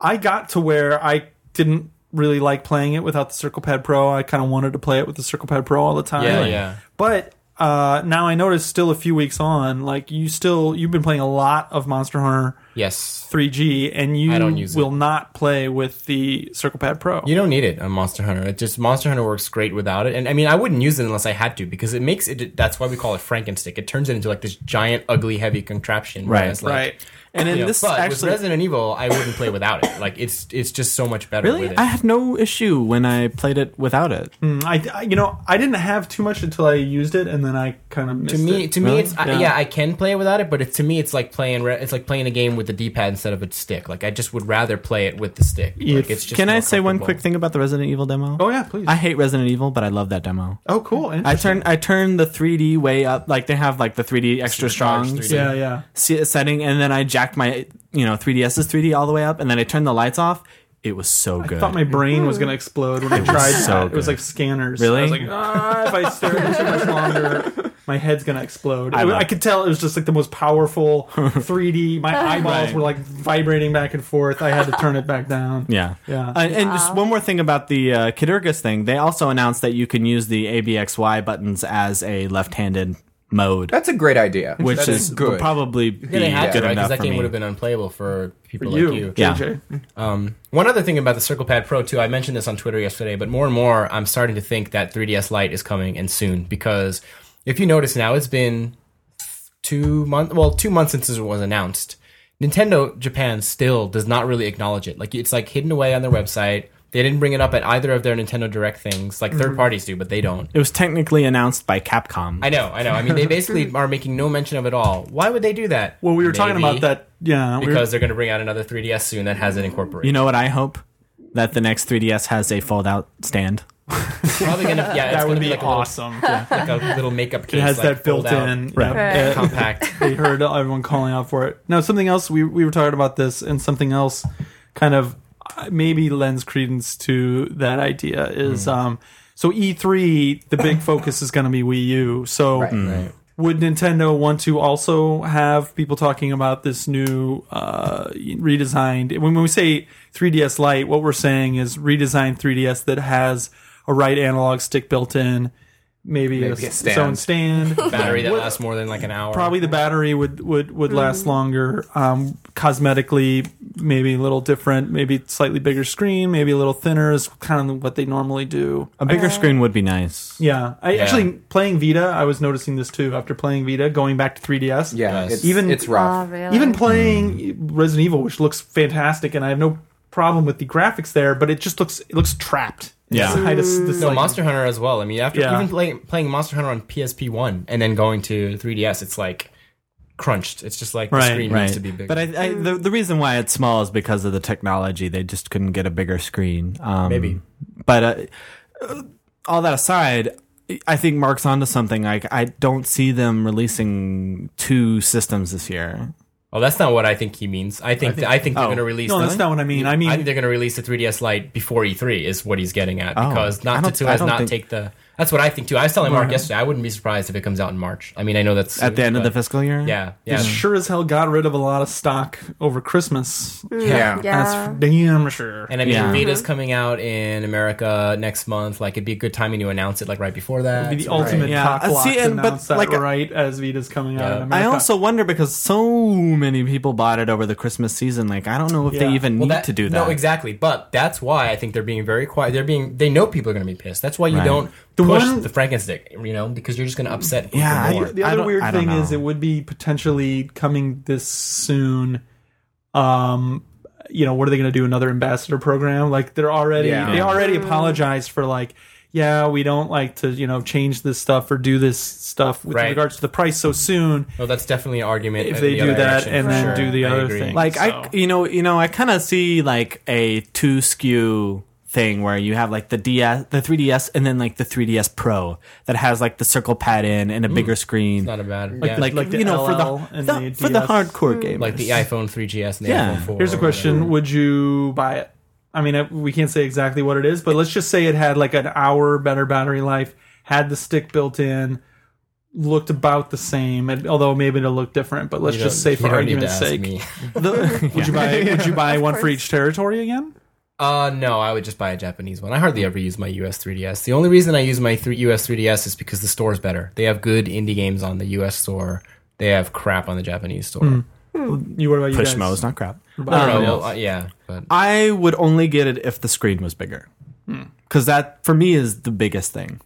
A: I got to where I didn't really like playing it without the Circle Pad Pro. I kind of wanted to play it with the Circle Pad Pro all the time.
C: Yeah, yeah.
A: But uh, now I notice, still a few weeks on, like you still you've been playing a lot of Monster Hunter
C: Yes.
A: 3G, and you
C: I don't use it.
A: will not play with the Circle Pad Pro.
C: You don't need it on Monster Hunter. It just Monster Hunter works great without it. And I mean, I wouldn't use it unless I had to because it makes it. That's why we call it Frankenstick. It turns it into like this giant, ugly, heavy contraption.
B: Right.
C: whereas, like,
A: right. And
C: you
A: in
C: know,
A: this
C: but
A: actually,
C: with Resident Evil, I wouldn't play without it. Like it's it's just so much better. With
B: Really,
C: it.
B: I had no issue when I played it without it.
A: mm, I, I- you know I didn't have too much until I used it, and then I kind of missed
C: to me,
A: it.
C: to me, it's I, yeah. I can play it without it, but it's to me, it's like playing re- it's like playing a game with the D pad instead of a stick. Like I just would rather play it with the stick. Like,
A: If-
C: it's just
B: Can I
C: more
B: say one
C: comfortable.
B: quick thing about the Resident Evil demo?
A: oh yeah, please.
B: I hate Resident Evil, but I love that demo.
A: oh cool.
B: I
A: Interesting.
B: turn I turn the 3D way up, like they have like the 3D extra
C: Supercharged
B: strong
C: 3D.
A: yeah, yeah.
B: se- setting, and then I jacked my you know 3DS's 3D all the way up, and then I turned the lights off. It was so
A: I
B: good.
A: thought my brain was going to explode when I tried
B: so
A: that. It was
B: good.
A: like scanners.
B: Really?
A: I was like, ah, if I stare at it too much longer, my head's going to explode.
B: I
A: I,
B: love-
A: I could tell it was just like the most powerful 3D. My eyeballs
B: Right.
A: were like vibrating back and forth. I had to turn it back down.
B: yeah.
A: Yeah.
B: Uh, and just one more thing about the uh, Kidurgus thing. They also announced that you can use the ABXY buttons as a left-handed mode,
E: That's a great idea.
B: which
E: That
B: is, would
E: good.
B: probably be
C: Yeah, they had
B: good
C: to, right?
B: enough
C: Because that
B: for
C: game
B: me.
C: would have been unplayable for people
A: You,
C: like you.
B: Yeah.
A: JJ.
C: Um, one other thing about the Circle Pad Pro too, I mentioned this on Twitter yesterday, but more and more, I'm starting to think that 3DS Lite is coming and soon because if you notice now, it's been two month, well, two months since it was announced. Nintendo Japan still does not really acknowledge it. Like it's like hidden away on their website. They didn't bring it up at either of their Nintendo Direct things. Like
A: Mm-hmm.
C: third parties do, but they don't.
B: It was technically announced by Capcom.
C: I know, I know. I mean, they basically are making no mention of it all. Why would they do that?
A: Well, we were talking
C: Maybe
A: about that. Yeah. we were-
C: because they're going to bring out another 3DS soon that has it incorporated.
B: you know what I hope that the next 3DS has a fold-out stand.
C: probably gonna yeah it's
A: that would
C: gonna
A: be
C: like
A: awesome. Yeah.
C: a little, like a little makeup case
A: It has
C: like,
A: that built
C: fold-out,
A: in.
B: Right.
A: Yeah. Uh,
C: compact
A: they heard everyone calling out for it. No, something else. We we were talking about this, and something else kind of uh, maybe lends credence to that idea is um. So E3, the big focus is going to be Wii U. So would Nintendo want to also have people talking about this new uh, redesigned? When, when we say 3DS Lite, what we're saying is redesigned 3DS that has a right analog stick built in, maybe, a,
E: Maybe a
A: stand. own stand,
C: battery that lasts more than like an hour
A: probably the battery would would would
D: Mm-hmm.
A: last longer um cosmetically maybe a little different maybe slightly bigger screen maybe a little thinner is kind of what they normally do
B: A
C: Uh,
B: bigger screen would be nice.
A: yeah i actually playing vita i was noticing this too after playing vita going back to 3ds
E: yeah,
C: Yes.
E: it's,
A: Even-
E: even it's rough.
D: Oh, really?
A: even playing resident evil which looks fantastic and i have no problem with the graphics there but it just looks it looks trapped
B: Yeah.
A: It's kind of s- this,
C: no
A: like-
C: Monster Hunter as well I mean after
A: Yeah.
C: even playing playing Monster Hunter on PSP one and then going to 3DS it's like crunched it's just like
A: Right,
C: the screen
B: Right.
C: needs to be bigger
B: But I, I, the, the reason why it's small is because of the technology. They just couldn't get a bigger screen. Um,
C: Maybe.
B: But uh, uh, all that aside, I think Mark's onto something. Like I don't see them releasing two systems this year.
C: oh that's not what I think he means I think I think, they're
B: oh.
C: going to release
A: no that's
B: Really?
A: not what i mean i mean
C: I think they're going to release the 3DS Lite before E3 is what he's getting at
A: Oh.
C: because
B: I
C: not
B: don't-
C: to two
B: I
C: has
B: don't
C: not
B: think-
C: take the that's what I think too I was telling Mark yesterday I wouldn't be surprised if it comes out in March I mean I know that's
B: At the end of the fiscal year?
C: yeah yeah
A: sure as hell got rid of a lot of stock over christmas
E: Yeah.
A: that's
D: Mm, Yeah.
A: damn sure
C: And I mean,
B: Yeah.
C: Vita's coming out in America next month. Like, it'd be a good timing to announce it, like right before that.
A: be the ultimate
B: Yeah.
A: cock
B: Uh,
A: block
B: see,
A: to
B: and- but,
A: announce that
B: like, uh,
A: right as Vita's coming out
C: Yeah.
A: in
B: I
A: America.
B: also wonder because so many people bought it over the Christmas season. Like I don't know if they
A: Yeah.
B: even
C: Well,
B: need
C: that-
B: to do that.
C: No, exactly. But that's why I think they're being very quiet. They're being they know people are going to be pissed. That's why you
B: Right.
C: don't push
A: one-
C: the Frankenstick, you know, because you're just going to upset. people
B: Yeah, I-
C: more.
A: the
B: I
A: other
B: don't-
A: weird
B: I don't
A: thing
B: know.
A: is it would be potentially coming this soon. Um, you know, what are they going to do? Another ambassador program? Like they're already
E: Yeah.
A: they already apologized for like. Yeah, we don't like to, you know, change this stuff or do this stuff with
C: Right.
A: regards to the price so soon.
C: no, that's definitely an argument.
A: If
C: in
A: they
C: the
A: do
C: other
A: that
C: direction,
A: and
C: for
A: then
C: sure.
A: do the
C: I
A: other
C: agree.
A: thing.
B: like
A: So-
B: I you know you know I kind of see like a two skew thing where you have like the DS, the 3DS, and then like the 3DS Pro that has like the circle pad in and a bigger screen.
C: Mm. Not a bad.
A: Like
C: yeah.
A: the-
B: like,
A: Like
B: you know
A: LL
B: for the,
A: and
B: the-
A: the
B: for the
A: DS.
B: hardcore gamers.
C: Mm. like the iPhone 3GS and the
B: Yeah.
C: iPhone 4.
A: Here's a
C: or whatever.
A: question: Would you buy it? I mean, I- we can't say exactly what it is, but let's just say it had like an hour better battery life, had the stick built in, looked about the same, and, although maybe it'll look different. But let's
C: You
A: just say
C: don't-
A: for
C: you don't need to
A: argument's
C: ask
A: sake,
C: me.
B: The-
A: would you buy would you buy one for
D: course.
A: each territory again?
C: Uh, no, I would just buy a Japanese one. I hardly ever use my US 3DS. The only reason I use my three, US 3DS is because the store is better. They have good indie games on the US store. They have crap on the Japanese store.
A: You what about you guys?
B: Pushmo is not crap.
C: I
A: Um,
C: don't know. Uh, yeah, but
B: I would only get it if the screen was bigger.
C: Hmm.
B: Because that, for me, is the biggest thing.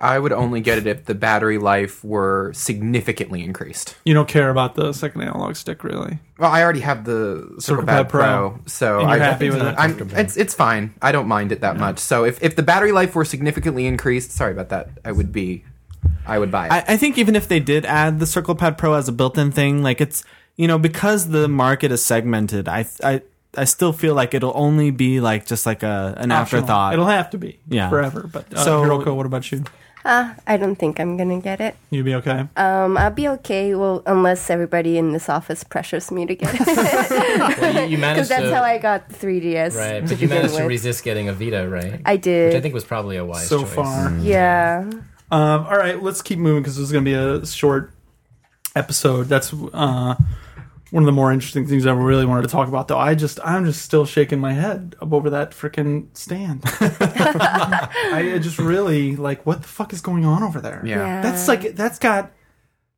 E: I would only get it if the battery life were significantly increased.
A: You don't care about the second analog stick, really.
E: Well, I already have the
A: Circle
E: Circle
A: Pad
E: Pad
A: Pro.
E: Pro, so
A: And you're
E: I,
A: happy with it?
E: I'm, it's it's fine. I don't mind it that much. So if, if the battery life were significantly increased, sorry about that, I would be, I would buy it.
B: I, I think even if they did add the Circle Pad Pro as a built-in thing, like it's you know because the market is segmented, I I I still feel like it'll only be like just like a an
A: Optional.
B: afterthought.
A: It'll have to be
B: Yeah.
A: forever. But uh,
B: So-
A: Hiroko, what about you?
D: Uh, I don't think I'm gonna get it.
A: You be okay?
D: Um, I'll be okay. Well, unless everybody in this office pressures me to get it,
C: well, you, you
D: because
C: managed
D: that's
C: to
D: how I got the 3ds.
C: right,
D: to
C: but you
D: begin
C: managed
D: with.
C: to resist getting a Vita, right?
D: I did.
C: Which I think was probably a wise
A: so
C: choice.
A: far.
D: yeah.
A: Um, all right, let's keep moving because this is going to be a short episode. That's uh, one of the more interesting things I really wanted to talk about. Though I just, I'm just still shaking my head up over that freaking stand. I I just really like, what the fuck is going on over there?
E: yeah.
D: Yeah.
A: that's like that's got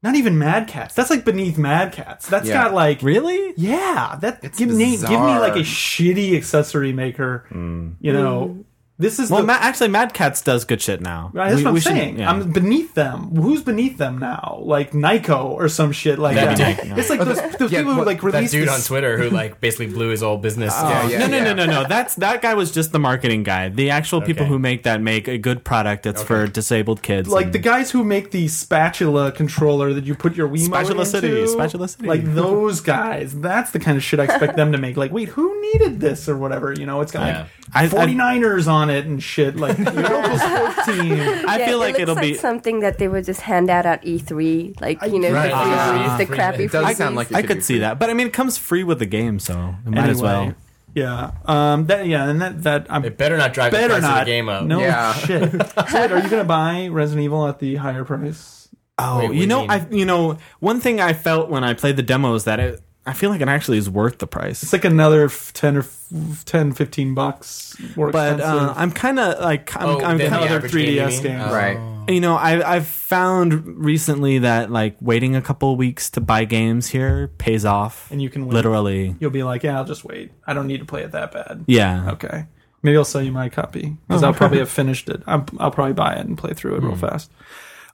A: not even Mad Cats. That's like beneath Mad Cats. That's
E: Yeah.
A: got like
B: really?
A: yeah, that give me give me
E: bizarre. Mm.
A: like a shitty accessory maker. You know, this is
B: Well,
A: the
B: Ma- actually, Mad Cats does good shit now.
A: Right, that's
B: We-
A: what I'm
B: we should-
A: saying.
B: yeah.
A: I'm beneath them. Who's beneath them now? Like Nyko or some shit like that.
C: That'd be
A: It's like those, those
E: yeah,
A: people who
E: what-
A: like
C: That
A: released
C: dude
A: this-
C: on Twitter who like basically blew his whole business.
E: Yeah, yeah,
B: no, no,
E: yeah.
B: no, no, no. That's that guy was just the marketing guy. The actual people
C: Okay.
B: who make that make a good product that's for disabled kids.
A: like
B: and-
A: the guys who make the spatula controller that you put your Wiimote
B: Spatula
A: into.
B: City, Spatula City.
A: Like those guys. That's the kind of shit I expect them to make. Like, wait, who needed this or whatever? You know, it's got
C: Yeah.
B: I- I-
A: like 49ers on it and shit. Like your local sports team.
B: I
D: Yeah,
B: feel
D: it
B: like
D: looks
B: it'll
D: like
B: be.
D: something that they would just hand out at E3, like you know,
C: Right.
D: the
C: Ah.
D: freebies, the
C: Free-
D: crappy
E: it does
D: freebies.
E: sound like it
B: I
E: be
B: could see
E: free.
B: that, but I mean, it comes free with the game, so it might as well.
A: Anyway, Yeah. Um that yeah, and that that I'm
C: It better not drive the
A: better
C: price
A: not
C: of the game up.
A: No
E: Yeah.
A: shit. So wait, are you gonna buy Resident Evil at the higher price?
B: Oh,
C: Wait, what do
B: you
C: you
B: know,
C: mean?
B: I you know, one thing I felt when I played the demo is that it, I feel like it actually is worth the
A: It's
B: price.
A: like another f- ten or f- 10, 15 bucks more
B: But
A: expensive.
B: uh, I'm kind of like I'm,
C: Oh,
B: I'm
C: then
B: kind
C: the
A: other
B: of
C: average
A: 3DS
C: game, you mean?
A: games.
C: Oh.
E: Right.
B: you know I I've found recently that like waiting a couple weeks to buy games here pays off,
A: And you can wait.
B: literally
A: You'll be like, yeah, I'll just wait. I don't need to play it that bad.
B: yeah.
A: Okay. Maybe I'll sell you my copy because I'll probably have finished it. I'm, I'll probably buy it and play through
B: Hmm.
A: it real fast.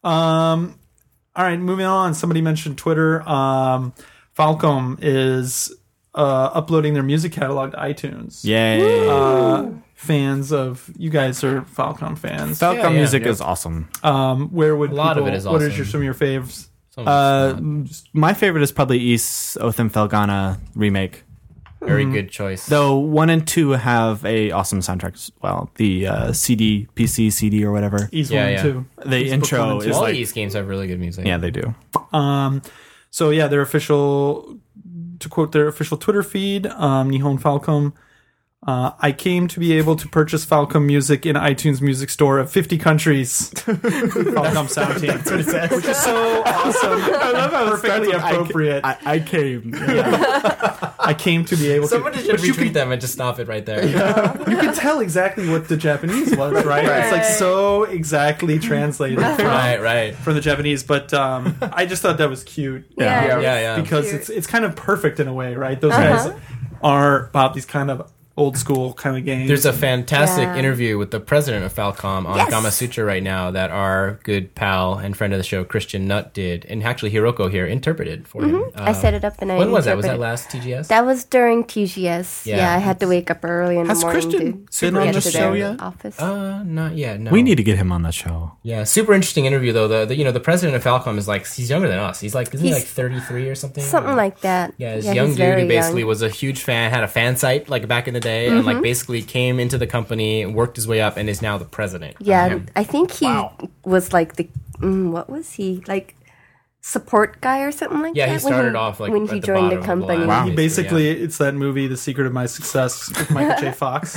A: Um, all right, moving on. Somebody mentioned Twitter. Um, Falcom is uh, uploading their music catalog to iTunes.
B: Yay!
A: Uh, fans of you guys are Falcom fans.
B: Falcom
C: yeah,
B: music
C: yeah.
B: is awesome.
A: Um, where would a
C: lot of it is
A: What is
C: awesome.
A: your some of your faves?
C: Someone's
B: Uh,
C: not.
B: my favorite is probably East Othem Felgana remake.
C: very good choice.
B: Though one and two have a awesome soundtrack as well. The uh, CD, PC, CD, or whatever.
A: He's
C: Yeah,
A: one
C: yeah.
A: too.
B: The intro is
C: All
B: like
C: these games have really good music.
B: yeah, they do.
A: Um, so yeah, their official, to quote their official Twitter feed, um, Nihon Falcom. Uh, I came to be able to purchase Falcom music in iTunes Music Store of 50 countries. Falcom sound team, which is so awesome. I love how perfectly appropriate. I,
B: I, I came.
A: came to be able
C: Someone
A: to.
C: should
A: but you
C: retweet
A: can
C: them and just stop it right there.
A: you can tell exactly what the Japanese was, right? It's like so exactly translated from,
C: Right, right.
A: from the Japanese. But um, I just thought that was cute.
D: Yeah.
C: Yeah, yeah.
A: because
D: Cute.
A: it's it's kind of perfect in a way, right? Those guys are Bob these kind of old school kind of games.
C: There's a fantastic
D: Yeah.
C: interview with the president of Falcom on
D: Yes.
C: Kama Sutra right now that our good pal and friend of the show Christian Nutt did, and actually Hiroko here interpreted for him.
D: I set it up and I.
C: Uh, When was that? Was that
D: Mm-hmm. interpreted.
C: last TGS?
D: That was during TGS.
C: Yeah.
D: Yeah, I had to wake up early in
B: Has
D: the morning
B: Christian
D: to
B: been
D: get
B: on the
D: to
B: show
D: their
B: yet?
D: Office.
C: uh, not yet. No.
B: We need to get him on the show.
C: Yeah, super interesting interview though. The, the you know the president of Falcom is like he's younger than us. He's like isn't he
D: He's-
C: like 33 or something?
D: Something like that.
C: Yeah, this young
D: he's
C: dude
D: very
C: who basically
D: young.
C: was a huge fan, had a fan site like back in the day and
D: Mm-hmm.
C: like basically came into the company, worked his way up, and is now the president.
D: Yeah,
E: him.
D: I think he
A: Wow.
D: was like the mm, what was he like support guy or something like
C: Yeah,
D: that?
C: he
D: when
C: started off, like,
D: when
C: at
D: he
C: the
D: joined
C: bottom
D: the
C: of the line.
D: company.
B: Wow.
A: He basically, it's that movie, The Secret of My Success, with Michael J. Fox,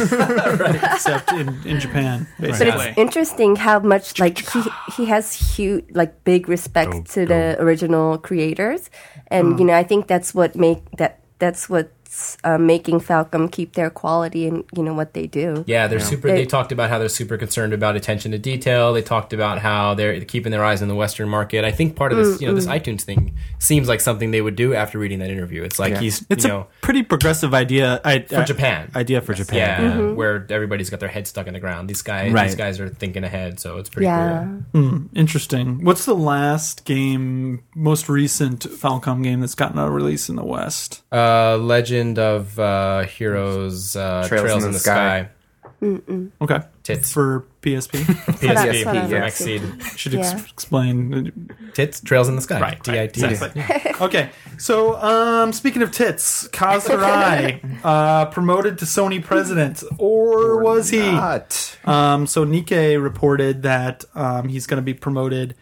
A: except in, in Japan.
D: But
A: Basically,
D: it's interesting how much like he he has huge like big respect
B: Dope,
D: to the original creators, and
A: Mm.
D: you know I think that's what make that that's what's uh, making Falcom keep their quality and you know what they do.
C: Yeah, they're super. They,
D: They-
C: talked about how they're super concerned about attention to detail. They talked about how they're keeping their eyes on the Western market. I think part of
D: Mm,
C: this, you know, this iTunes thing seems like something they would do after reading that interview. It's like he's,
B: It's
C: you
B: a
C: know,
B: pretty progressive idea I, uh,
C: for Japan.
B: Idea for Japan.
C: yeah,
D: Mm-hmm.
C: where everybody's got their head stuck in the ground. These guys,
B: Right.
C: these guys are thinking ahead, so it's pretty
D: Yeah,
C: cool.
A: interesting. What's the last game, most recent Falcom game that's gotten a release in the West?
C: Uh, Legend of uh, Heroes, uh, Trails, in the, Sky,
A: Okay,
C: Tits.
A: for PSP.
D: That's
C: PSP,
D: what I was
C: for
E: thinking.
C: Xseed.
A: Should
D: Yeah.
A: ex- explain.
C: Tits, Trails in the Sky, right? T I T.
A: Okay, so um, speaking of tits, Kazurai uh, promoted to Sony president, or was he?
E: But
A: Um, so Nikkei reported that um, he's going to be promoted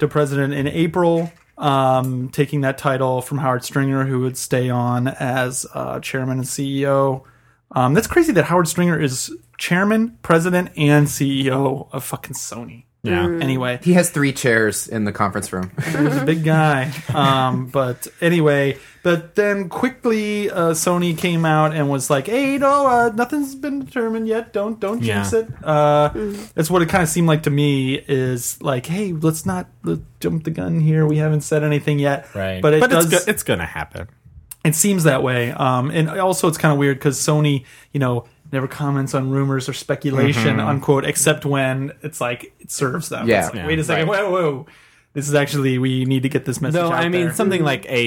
A: to president in April, um, taking that title from Howard Stringer, who would stay on as uh, chairman and CEO. Um, that's crazy that Howard Stringer is chairman, president, and CEO of fucking Sony.
B: Yeah.
A: Anyway,
E: he has three chairs in the conference room.
A: He's a big guy. Um, but anyway, but then quickly uh, Sony came out and was like, "Hey, no, uh, nothing's been determined yet. Don't don't jinx
B: Yeah.
A: it." Uh, That's what it kind of seemed like to me. Is like, "Hey, let's not let jump the gun here. We haven't said anything yet."
C: Right.
A: But it
B: But
A: does.
B: it's, go- it's going to happen.
A: it seems that way. Um, and also, it's kind of weird because Sony, you know. Never comments on rumors or speculation, unquote, except when it's like it serves them.
E: Mm-hmm. Yeah.
A: It's like,
E: Yeah.
A: Wait a second, whoa, whoa. This is actually we need to get this message.
B: Though
A: out
B: I mean,
A: there. Mm-hmm.
B: something like a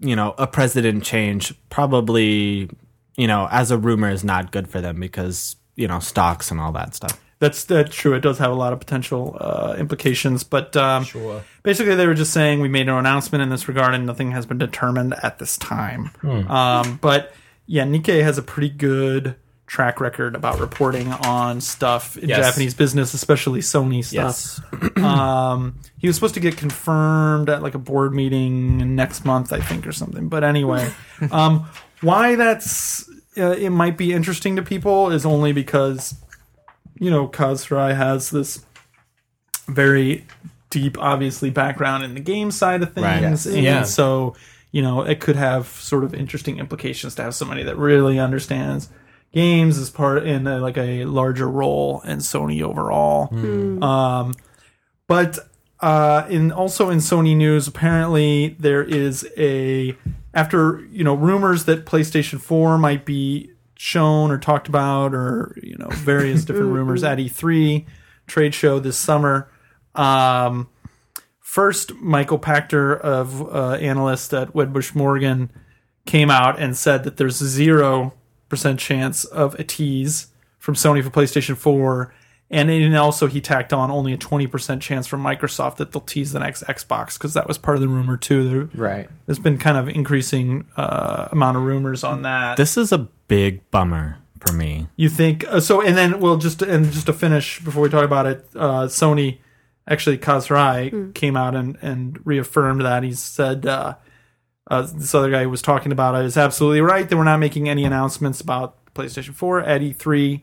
B: you know a president change probably you know as a rumor is not good for them because you know stocks and all that stuff.
A: That's that's true. It does have a lot of potential uh, implications, but um,
C: Sure.
A: basically they were just saying we made no announcement in this regard and nothing has been determined at this time.
C: Hmm.
A: Um, but yeah, Nikkei has a pretty good track record about reporting on stuff in
C: Yes.
A: Japanese business, especially Sony stuff. um, he was supposed to get confirmed at like a board meeting next month, I think, or something. But anyway, um, why that's uh, it might be interesting to people is only because you know, Kazurai has this very deep, obviously, background in the game side of things.
B: Right. Yes.
A: And
C: Yeah.
A: so, you know, it could have sort of interesting implications to have somebody that really understands games as part in a, like a larger role in Sony overall. Um, but uh, in also in Sony news, apparently there is a after you know rumors that PlayStation Four might be shown or talked about or you know various different rumors at E3 trade show this summer. Um, first, Michael Pachter of uh, analyst at Wedbush Morgan came out and said that there's zero percent chance of a tease from Sony for PlayStation 4, and and also he tacked on only a 20 percent chance from Microsoft that they'll tease the next Xbox because that was part of the rumor too. There,
E: Right.
A: There's been kind of increasing uh, amount of rumors on that.
B: This is a big bummer for me.
A: You think uh, so? And then we'll just and just to finish before we talk about it, uh, Sony actually Kazurai came out and and reaffirmed that he said uh, uh, this other guy who was talking about it is absolutely right that we're not making any announcements about PlayStation 4 at E3.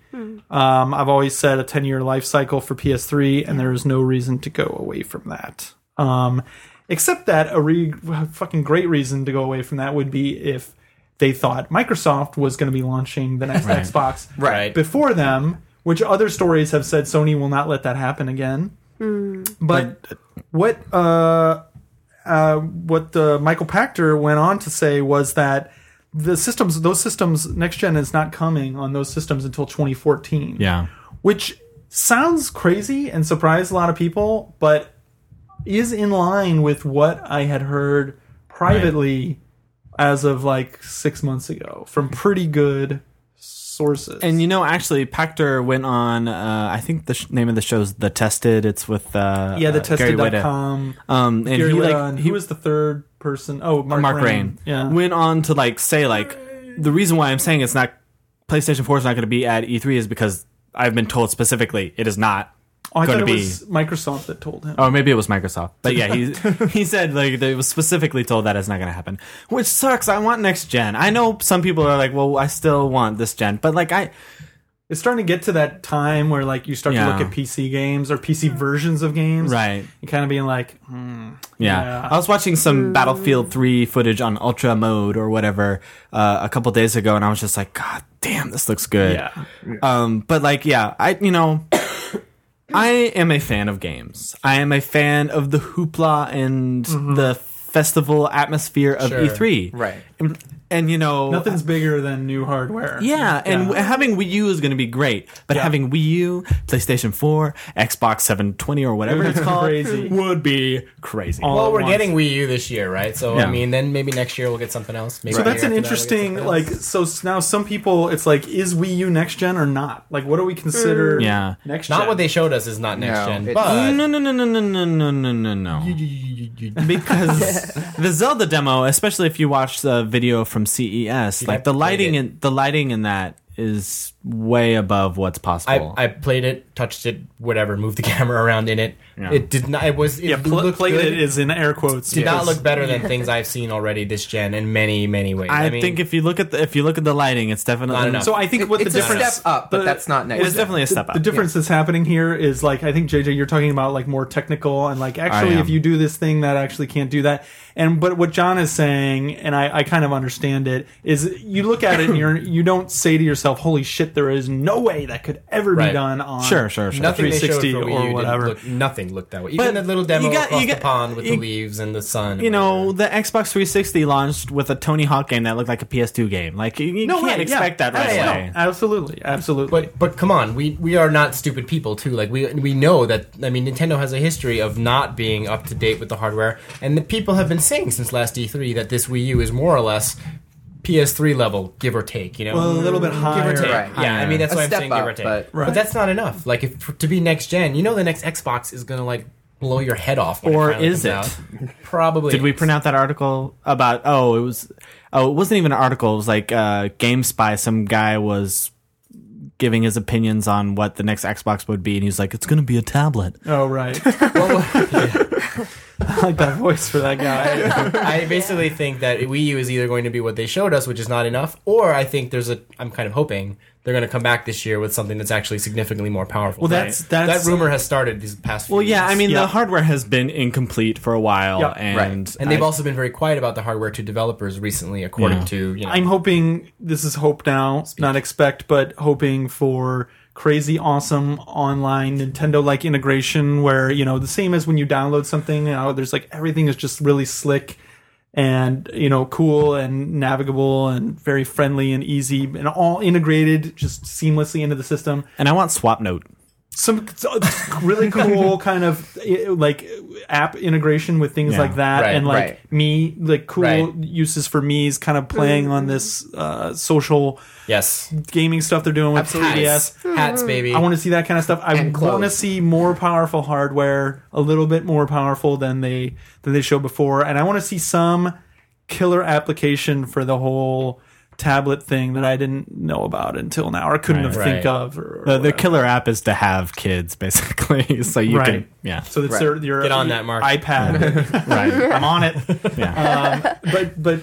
A: Um, I've always said a 10 year life cycle for PS3, and there is no reason to go away from that. Um, except that a re- fucking great reason to go away from that would be if they thought Microsoft was going to be launching the next Xbox
C: Right.
A: before them, which other stories have said Sony will not let that happen again. But what uh, uh, what uh, Michael Pachter went on to say was that the systems, those systems, next gen is not coming on those systems until 2014.
B: Yeah.
A: which sounds crazy and surprised a lot of people, but is in line with what I had heard privately as of like six months ago from pretty good sources.
B: And you know, actually, Pachter went on. Uh, I think the sh- name of the show is The Tested. It's with uh,
A: yeah, the
B: uh, Gary Whitta.
A: tested.com.
B: Um, and
A: Gary
B: he
A: Whitta,
B: like
A: and
B: he
A: who was the third person? Oh, uh, Mark,
B: Mark Rain,
A: Rain. Yeah.
B: went on to like say like the reason why I'm saying it's not PlayStation 4 is not going to be at E3 is because I've been told specifically it is not
A: Oh, I
B: going
A: thought
B: to
A: it
B: be.
A: was Microsoft that told him.
B: Or maybe it was Microsoft. But yeah, he he said like that it was specifically told that it's not going to happen, which sucks. I want next gen. I know some people are like, well, I still want this gen, but like I
A: It's starting to get to that time where like you start
B: Yeah.
A: to look at PC games or PC versions of games,
B: Right.
A: And kind of being like, hmm,
B: Yeah.
A: Yeah.
B: I was watching some Battlefield 3 footage on ultra mode or whatever uh, a couple days ago and I was just like god damn this looks good.
A: yeah,
B: Um but like yeah, I you know I am a fan of games. I am a fan of the hoopla and
A: Mm-hmm.
B: the festival atmosphere of
C: Sure.
B: E3.
E: Right.
B: And, and you know
A: nothing's bigger than new hardware.
B: yeah, and w having Wii U is going to be great, but having Wii U, PlayStation 4, Xbox 720 or whatever it's called
A: Crazy.
B: would be crazy.
A: All
C: Well,
A: at
C: we're
A: once.
C: getting Wii U this year, right? So
B: Yeah.
C: I mean, then maybe next year we'll get something else. Maybe
A: So
C: the
A: that's
C: year
A: an
C: after that we'll get
A: interesting
C: something
A: like.
C: else.
A: So s- now some people, it's like, is Wii U next gen or not? Like, what do we consider?
B: Mm. Yeah.
A: next
C: Not
A: gen? Mm.
C: what they showed us is not next
E: No,
C: gen,
E: it's-
C: but
B: no, no, no, no, no, no, no, no, no, no. Because the Zelda demo, especially if you watch the video from CES, like the
C: played
B: lighting
C: it.
B: in the lighting in that is way above what's possible.
C: I, I played it, touched it, whatever, moved the camera around in it.
B: Yeah.
C: It did not. It was. It
A: yeah, pl-
C: looked
A: played
C: good.
A: it is in air quotes.
C: did not
A: because-
C: look better than things I've seen already this gen in many many ways. I,
B: I
C: mean,
B: think if you look at the if you look at the lighting, it's
C: I
B: definitely
C: don't know.
A: So I think what
E: It's
A: the
E: a
A: difference
E: step up, but
A: the-
E: that's not next
B: It was
E: gen.
B: definitely a
A: the-
B: step up.
A: The difference that's happening here is like I think JJ, you're talking about like more technical and like actually
B: am.
A: if you do this thing that actually can't do that. And but what John is saying, and I, I kind of understand it, is you look at it and you're you don't say to yourself, "Holy shit, there is no way that could ever
C: Right.
A: be done on
B: Sure, sure, sure.
C: nothing they showed for
A: 360
C: Wii U
A: or
C: didn't
A: whatever.
C: Look, nothing looked that way.
B: But
C: Even the little
B: you
C: demo
B: got- you
C: across
B: got-
C: the pond with
B: you-
C: the leaves and the sun.
B: you know, the Xbox 360 launched with a Tony Hawk game that looked like a PS2 game. Like you, you
A: No
B: can't
A: way,
B: expect
A: yeah.
B: that right
A: Yeah,
B: away.
A: no, absolutely, absolutely.
C: But but come on, we we are not stupid people too. Like we we know that. I mean, Nintendo has a history of not being up to date with the hardware, and the people have been saying since last E3 that this Wii U is more or less. PS3 level, give or take, you know,
A: Well, a little bit higher.
C: give or take.
E: Right.
C: Yeah, I mean that's
E: A
C: why I'm
E: step
C: saying
E: up,
C: give or take,
E: but-
C: but, that's not enough. Like if to be next gen, you know, the next Xbox is gonna like blow your head off. when
B: Or
C: finally
B: is
C: comes
B: it?
C: out. Probably.
B: Did we
C: is.
B: print out that article about? Oh, it was. Oh, it wasn't even an article. It was like uh, GameSpy. Some guy was giving his opinions on what the next Xbox would be, and he's like, "It's going to be a tablet."
A: oh right, I like that voice for that guy.
C: I basically think that Wii U is either going to be what they showed us, which is not enough, or I think there's a. I'm kind of hoping they're going to come back this year with something that's actually significantly more powerful.
A: Well, that's that's
C: that rumor has started these past. Few
B: Well, yeah.
C: years.
B: I mean,
A: Yeah.
B: the hardware has been incomplete for a while,
A: Yeah.
B: and
E: Right.
C: and they've
B: I-
C: also been very quiet about the hardware to developers recently, according
B: Yeah.
C: to you know.
A: I'm hoping this is hope now, not expect, but hoping for crazy awesome online Nintendo like integration where, you know, the same as when you download something, you know, there's like everything is just really slick and, you know, cool and navigable and very friendly and easy and all integrated just seamlessly into the system
B: and I want Swap Note.
A: some so- really cool kind of eh, like app integration with things
B: Yeah.
A: like that
C: Right,
A: and like
E: right.
A: me like cool
C: Right.
A: uses for me is kind of playing on this uh, social
C: yes,
A: gaming stuff they're doing with
E: Absolutely.
A: 3ds
C: hats,
B: Hmm.
C: hats, baby.
A: I want to see that kind of stuff. I
E: And clothes.
A: want to see more powerful hardware, a little bit more powerful than they than they showed before, and I want to see some killer application for the whole tablet thing that I didn't know about until now, or couldn't have
C: Right.
A: think
C: Right.
A: of. Or, or
B: The, the
A: whatever.
B: killer app is to have kids, basically. so you
A: Right.
B: can, yeah,
A: So that's
E: Right.
A: their, your
C: Get on
A: your
C: that, Mark.
A: iPad.
B: right,
A: I'm on it.
B: yeah,
A: Um, but but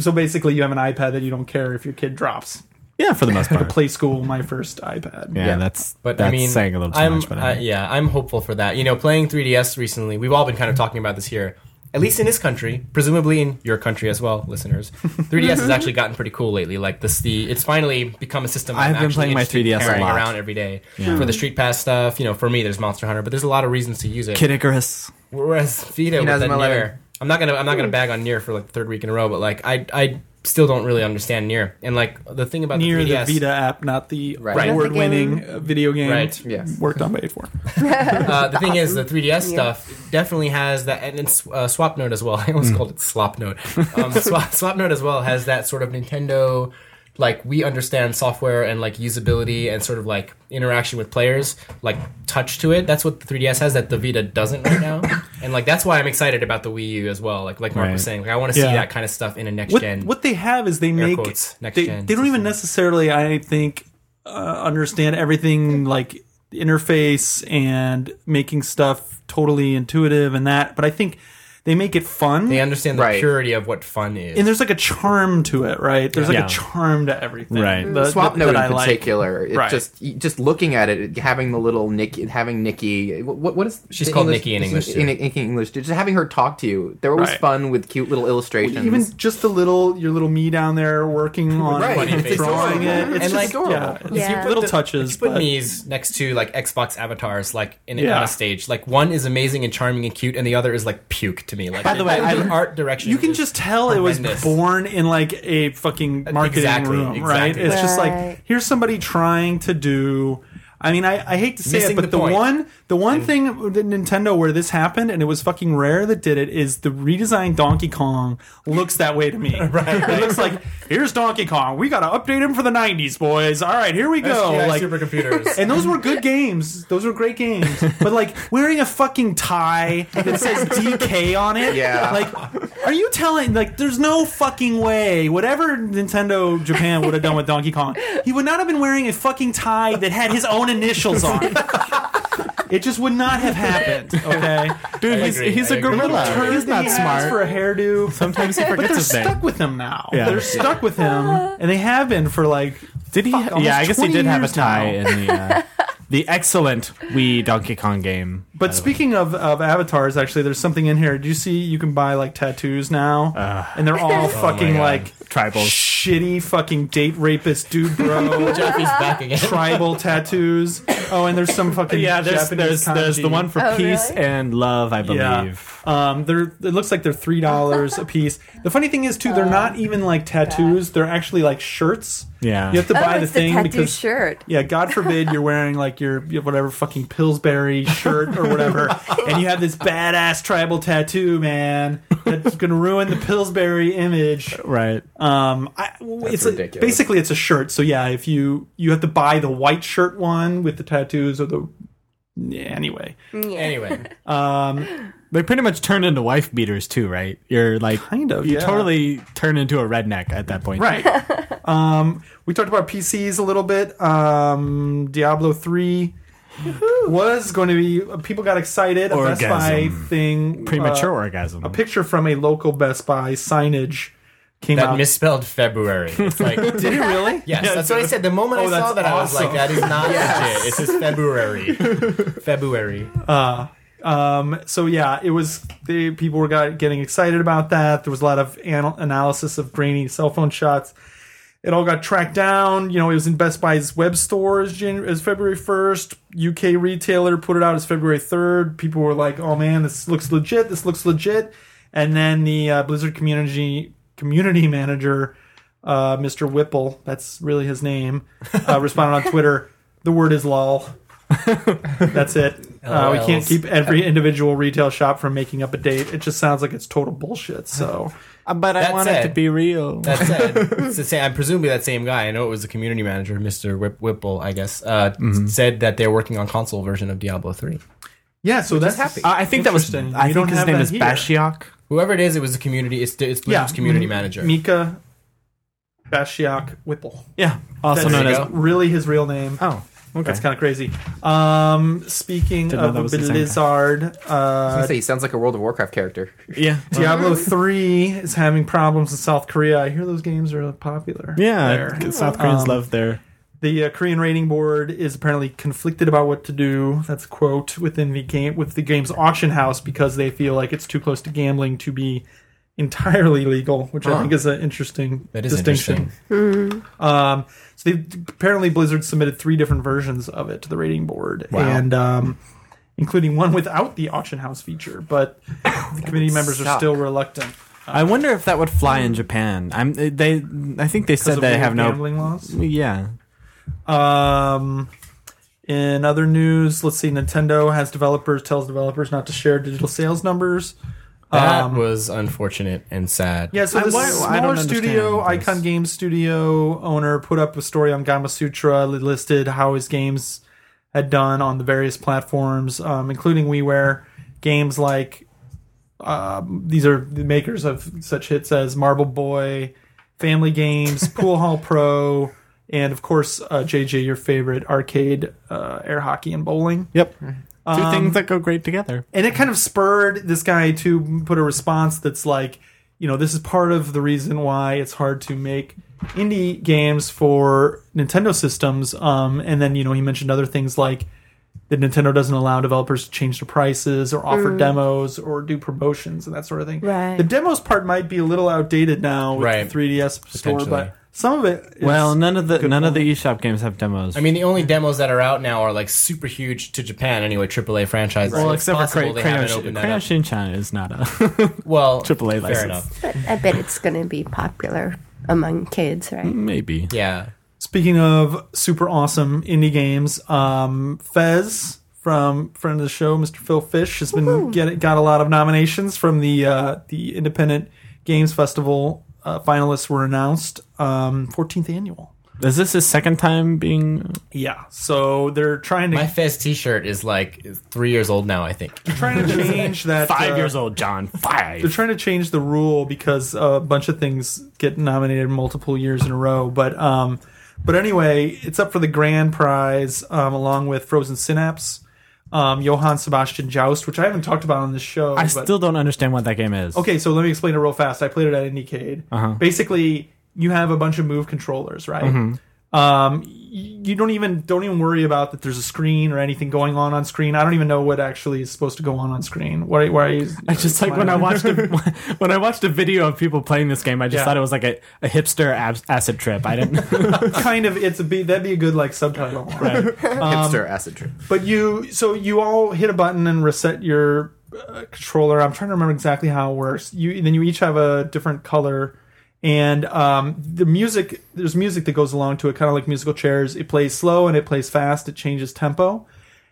A: so basically, you have an iPad that you don't care if your kid drops.
B: yeah, for the most part.
A: Play school, my first iPad.
B: Yeah,
E: Yeah.
B: that's
C: But
B: that's
C: I mean,
B: saying a little too
C: I'm,
B: much. But
C: uh, yeah, I'm hopeful for that. You know, playing 3DS recently, we've all been kind of talking about this here. At least in this country, presumably in your country as well, listeners. 3DS has actually gotten pretty cool lately. Like this, the it's finally become a system. I'm
B: I've been
C: actually
B: playing my
C: interested in
B: 3DS a
C: carrying
B: lot.
C: around every day for the Street Pass stuff. You know, for me, there's Monster Hunter, but there's a lot of reasons to use it.
B: Kid Icarus.
C: Whereas Vita with
E: Inazuma
C: the
E: Eleven.
C: Nier, I'm not gonna I'm not gonna bag on Nier for like the third week in a row, but like I I still don't really understand Nier. And like the thing about
A: Near
C: the 3DS,
A: the Vita app, not the
E: Right. Not the
A: award-winning uh, video game
C: Right.
E: Yes.
A: worked on by A4.
C: Uh, the thing is, the 3DS
D: Yeah.
C: stuff definitely has that, and it's uh, Swap Note as well. I
A: Hmm.
C: almost called it Slop Note. Um, Swap, Swap Note as well has that sort of Nintendo, like we understand software and like usability and sort of like interaction with players, like touch to it. That's what the 3DS has that the Vita doesn't right now. and like that's why I'm excited about the Wii U as well. Like like Mark
B: Right.
C: was saying, like I want to
A: Yeah.
C: see that kind of stuff in a next
A: what,
C: gen.
A: what they have is they make
C: quotes, next
A: they,
C: gen
A: they don't even
C: system.
A: necessarily i think uh, understand everything like interface and making stuff totally intuitive and that but i think they make it fun
C: they understand the
E: Right.
C: purity of what fun is.
A: and there's like a charm to it right there's like
B: Yeah.
A: a charm to everything
B: Right.
A: that-
E: Swap
A: that-
E: note
A: that I
E: in
A: like.
E: particular, it
A: Right.
E: just just looking at it, having the little Nikki, having Nikki, what what is
C: She's
E: the
C: called Nikki in English,
E: In,
C: too.
E: in English, just having her talk to you. They're always
A: Right.
E: fun with cute little illustrations.
A: even just the little your little me down there working on
E: Right.
A: drawing
C: It's
A: it
E: adorable.
A: it's
E: And,
A: just
C: like,
A: yeah,
E: adorable.
A: it's
D: Yeah. If you
A: little
C: put the-
A: touches
C: put
A: but
C: me's next to like Xbox avatars, like in
A: Yeah.
C: on a stage. Like one is amazing and charming and cute, and the other is like puke to me. Like
A: By the way, I-
C: art direction.
A: you can
C: is-
A: just tell it was
C: horrendous.
A: born in like a fucking marketing
C: Exactly,
A: room, right?
C: exactly.
A: It's just
D: Right.
A: like here's somebody trying to do. I mean, I, I hate to say
C: Missing
A: it, but
C: the
A: the,
C: point.
A: one the one thing that Nintendo where this happened and it was fucking rare that did it is the redesigned Donkey Kong looks that way to me. right, it looks like here's Donkey Kong. We got to update him for the '90s, boys. All right, here we go.
C: SGI
A: like
C: supercomputers.
A: and those were good games. Those were great games. But like wearing a fucking tie that says DK on it.
E: Yeah.
A: Like, are you telling like there's no fucking way whatever Nintendo Japan would have done with Donkey Kong, he would not have been wearing a fucking tie that had his own initials on. it. It just would not have happened. Okay,
B: Dude, he's,
C: agree,
B: he's
C: I
B: a
C: agree.
B: gorilla.
A: Turd
B: he's
A: that
B: not
A: he has
B: smart.
A: for a hairdo.
B: Sometimes he
A: But
B: forgets
A: they're
B: his name.
A: stuck with him now.
B: Yeah.
A: They're stuck with him, and they have been for like.
B: Did he?
A: Fuck, almost
B: yeah, I guess he
A: 20
B: did have a
A: years
B: tie
A: now.
B: in the uh, the excellent Wii Donkey Kong game.
A: But speaking of, of avatars, actually, there's something in here. Do you see you can buy like tattoos now? and they're
D: Oh
A: all fucking
B: Uh. God.
A: like
B: Tribals.
A: shitty fucking date rapist dude bro
C: Jeffy's back again.
A: tribal tattoos. Oh, and there's some fucking
B: yeah, there's
A: Japanese
B: there's there's the
A: kanji.
B: one for
D: Oh,
B: peace
D: really?
B: and love, I
A: Yeah,
B: believe.
A: um, they're it looks like they're three dollars a piece. The funny thing is too,
D: Oh,
A: they're not even like tattoos; they're actually like shirts.
B: Yeah.
A: you have to
D: Oh,
A: buy the
D: it's the
A: thing
D: tattoo
A: because
D: shirt.
A: Yeah, God forbid you're wearing like your your whatever fucking Pillsbury shirt or whatever, and you have this badass tribal tattoo, man. That's gonna ruin the Pillsbury image.
B: Right.
A: Um, I, well,
E: That's
A: it's a-
E: ridiculous.
A: basically it's a shirt. So yeah, if you you have to buy the white shirt one with the tattoos or the yeah, anyway,
C: Anyway,
B: They pretty much turn into wife beaters too, right? You're like
A: Kind of,
B: You
A: yeah.
B: totally turn into a redneck at that point.
A: right. um, we talked about PCs a little bit. Um, Diablo three. Was going to be people got excited. A Best
B: Orgasm.
A: Buy thing uh,
B: Premature orgasm.
A: a picture from a local Best Buy signage came
C: that
A: out.
C: misspelled February. It's like
A: Did it really?
C: yes, that's what I said. The moment
A: Oh,
C: I saw
A: that's
C: that, I was like,
A: awesome.
C: that is not legit. It's just February. February.
A: Um, so yeah, it was. The people were got, getting excited about that. There was a lot of anal- analysis of grainy cell phone shots. It all got tracked down. You know, it was in Best Buy's web store as, Jan- as February first. UK retailer put it out as February third. People were like, "Oh man, this looks legit. This looks legit." And then the uh, Blizzard community community manager, uh, Mr. Whipple, that's really his name, uh, responded on Twitter. The word is lol. That's it. Uh, we can't
C: LOLs.
A: keep every individual retail shop from making up a date. It just sounds like it's total bullshit. So
B: but I
C: That
B: want it to
C: said-
B: be real.
C: That's it. It's the same. I'm presumably that same guy. I know it was the community manager, Mr. Whip- Whipple, I guess, uh,
A: Mm-hmm.
C: said that they're working on console version of Diablo 3.
A: yeah, so that's happy.
E: happy.
B: Uh, I think that was.
A: Interesting.
B: I
A: You
B: think
A: don't
B: his
A: have
B: name
A: that
B: is
A: here.
B: Bashiok.
C: Whoever it is, it was the community. It's, it's Blizzard's community
B: Mm-hmm.
C: manager.
A: Mika Bashiak Whipple.
B: Yeah, also
A: That's
B: known as.
C: go.
A: really his real name.
B: Oh, okay.
A: That's kind of crazy. Um, speaking
B: Didn't know
A: of
B: that was the same guy.
A: Blizzard, uh,
E: say he sounds like a World of Warcraft character.
B: yeah,
A: Diablo three is having problems in South Korea. I hear those games are popular.
B: yeah.
A: there.
B: South Koreans
A: Um,
B: love their.
A: The uh, Korean Rating Board is apparently conflicted about what to do. That's a quote within the game with the game's auction house because they feel like it's too close to gambling to be entirely legal, which I think is an interesting
C: That is
A: distinction.
C: interesting.
A: Um, so they apparently Blizzard submitted three different versions of it to the rating board, and um, including one without the auction house feature. But the committee members are
E: Suck.
A: still reluctant.
B: I wonder if that would fly in Japan. I'm. They. I think they said
A: of
B: they
A: weird
B: have no.
A: gambling laws.
B: Yeah.
A: Um, in other news, let's see. Nintendo has developers tells developers not to share digital sales numbers.
C: That
A: Um,
C: was unfortunate and sad.
A: Yeah, so
B: I-
A: this
B: why- I don't
A: smaller
B: understand
A: studio,
B: this.
A: Icon Games Studio owner, put up a story on Gama Sutra that listed how his games had done on the various platforms, um, including WiiWare. Games like um, these are the makers of such hits as Marble Boy, Family Games, Pool Hall Pro, and of course uh, JJ, your favorite arcade uh, air hockey and bowling.
B: Yep. Two things that go great together.
A: And it kind of spurred this guy to put a response that's like, you know, this is part of the reason why it's hard to make indie games for Nintendo systems. Um, and then you know he mentioned other things like that Nintendo doesn't allow developers to change the prices or offer demos or do promotions and that sort of thing.
D: Right.
A: The demos part might be a little outdated now with
C: Right.
A: the 3DS store,
C: Potentially.
A: but some of it. Is,
B: Well, none of the none of the eShop games have demos.
C: I mean, the only demos that are out now are like super huge to Japan anyway, AAA franchises.
B: well,
C: So it's
B: except for
C: possible
B: Cray-
C: they
B: Crayon,
C: haven't opened that
B: Crayon
C: up.
B: Shinchan is not a
C: Well,
B: AAA
C: fair
B: license.
C: enough.
D: But I bet it's going to be popular among kids, right?
B: maybe.
C: Yeah,
A: Speaking of super awesome indie games, um, Fez from friend of the show, Mr. Phil Fish, has been get, got a lot of nominations from the uh, the Independent Games Festival. Uh, finalists were announced, um, 14th annual.
B: Is this his second time being?
A: Yeah, so they're trying to
C: my Fez T-shirt is like three years old now. I think.
A: trying to change that
B: Five
A: uh,
B: years old, John. Five.
A: They're trying to change the rule because uh, a bunch of things get nominated multiple years in a row. But um, but anyway, it's up for the grand prize um, along with Frozen Synapse, um, Johann Sebastian Joust, which I haven't talked about on this show.
B: I
A: but-
B: still don't understand what that game is.
A: okay. So let me explain it real fast. I played it at IndieCade.
B: Uh-huh.
A: Basically, you have a bunch of move controllers, right?
B: Mm-hmm.
A: Um, y- you don't even don't even worry about that. There's a screen or anything going on on screen. I don't even know what actually is supposed to go on on screen. What? Why? is-
B: I just like when I watched a, when I watched a video of people playing this game. I just
A: Yeah.
B: thought it was like a, a hipster ab- acid trip. I didn't.
A: kind of it's a be that'd be a good like subtitle Um,
E: Hipster acid trip.
A: but you so you all hit a button and reset your uh, controller i'm trying to remember exactly how it works you then you each have a different color and um, the music there's music that goes along to it kind of like musical chairs it plays slow and it plays fast it changes tempo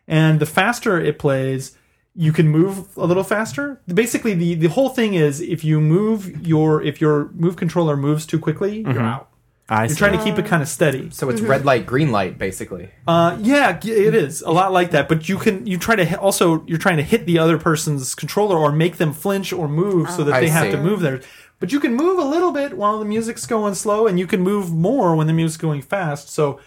A: and the faster it plays you can move a little faster basically the, the whole thing is if you move your if your move controller moves too quickly you're out
B: Mm-hmm. I
A: you're
B: see.
A: trying to keep it kind of steady
E: So it's red light, green light, basically.
A: uh, yeah, g- it is a lot like that. But you can you try to hit, also you're trying to hit the other person's controller or make them flinch or move so that
B: Oh.
E: I
A: they have
E: see.
A: to move theirs. But you can move a little bit while the music's going slow, and you can move more when the music's going fast. So.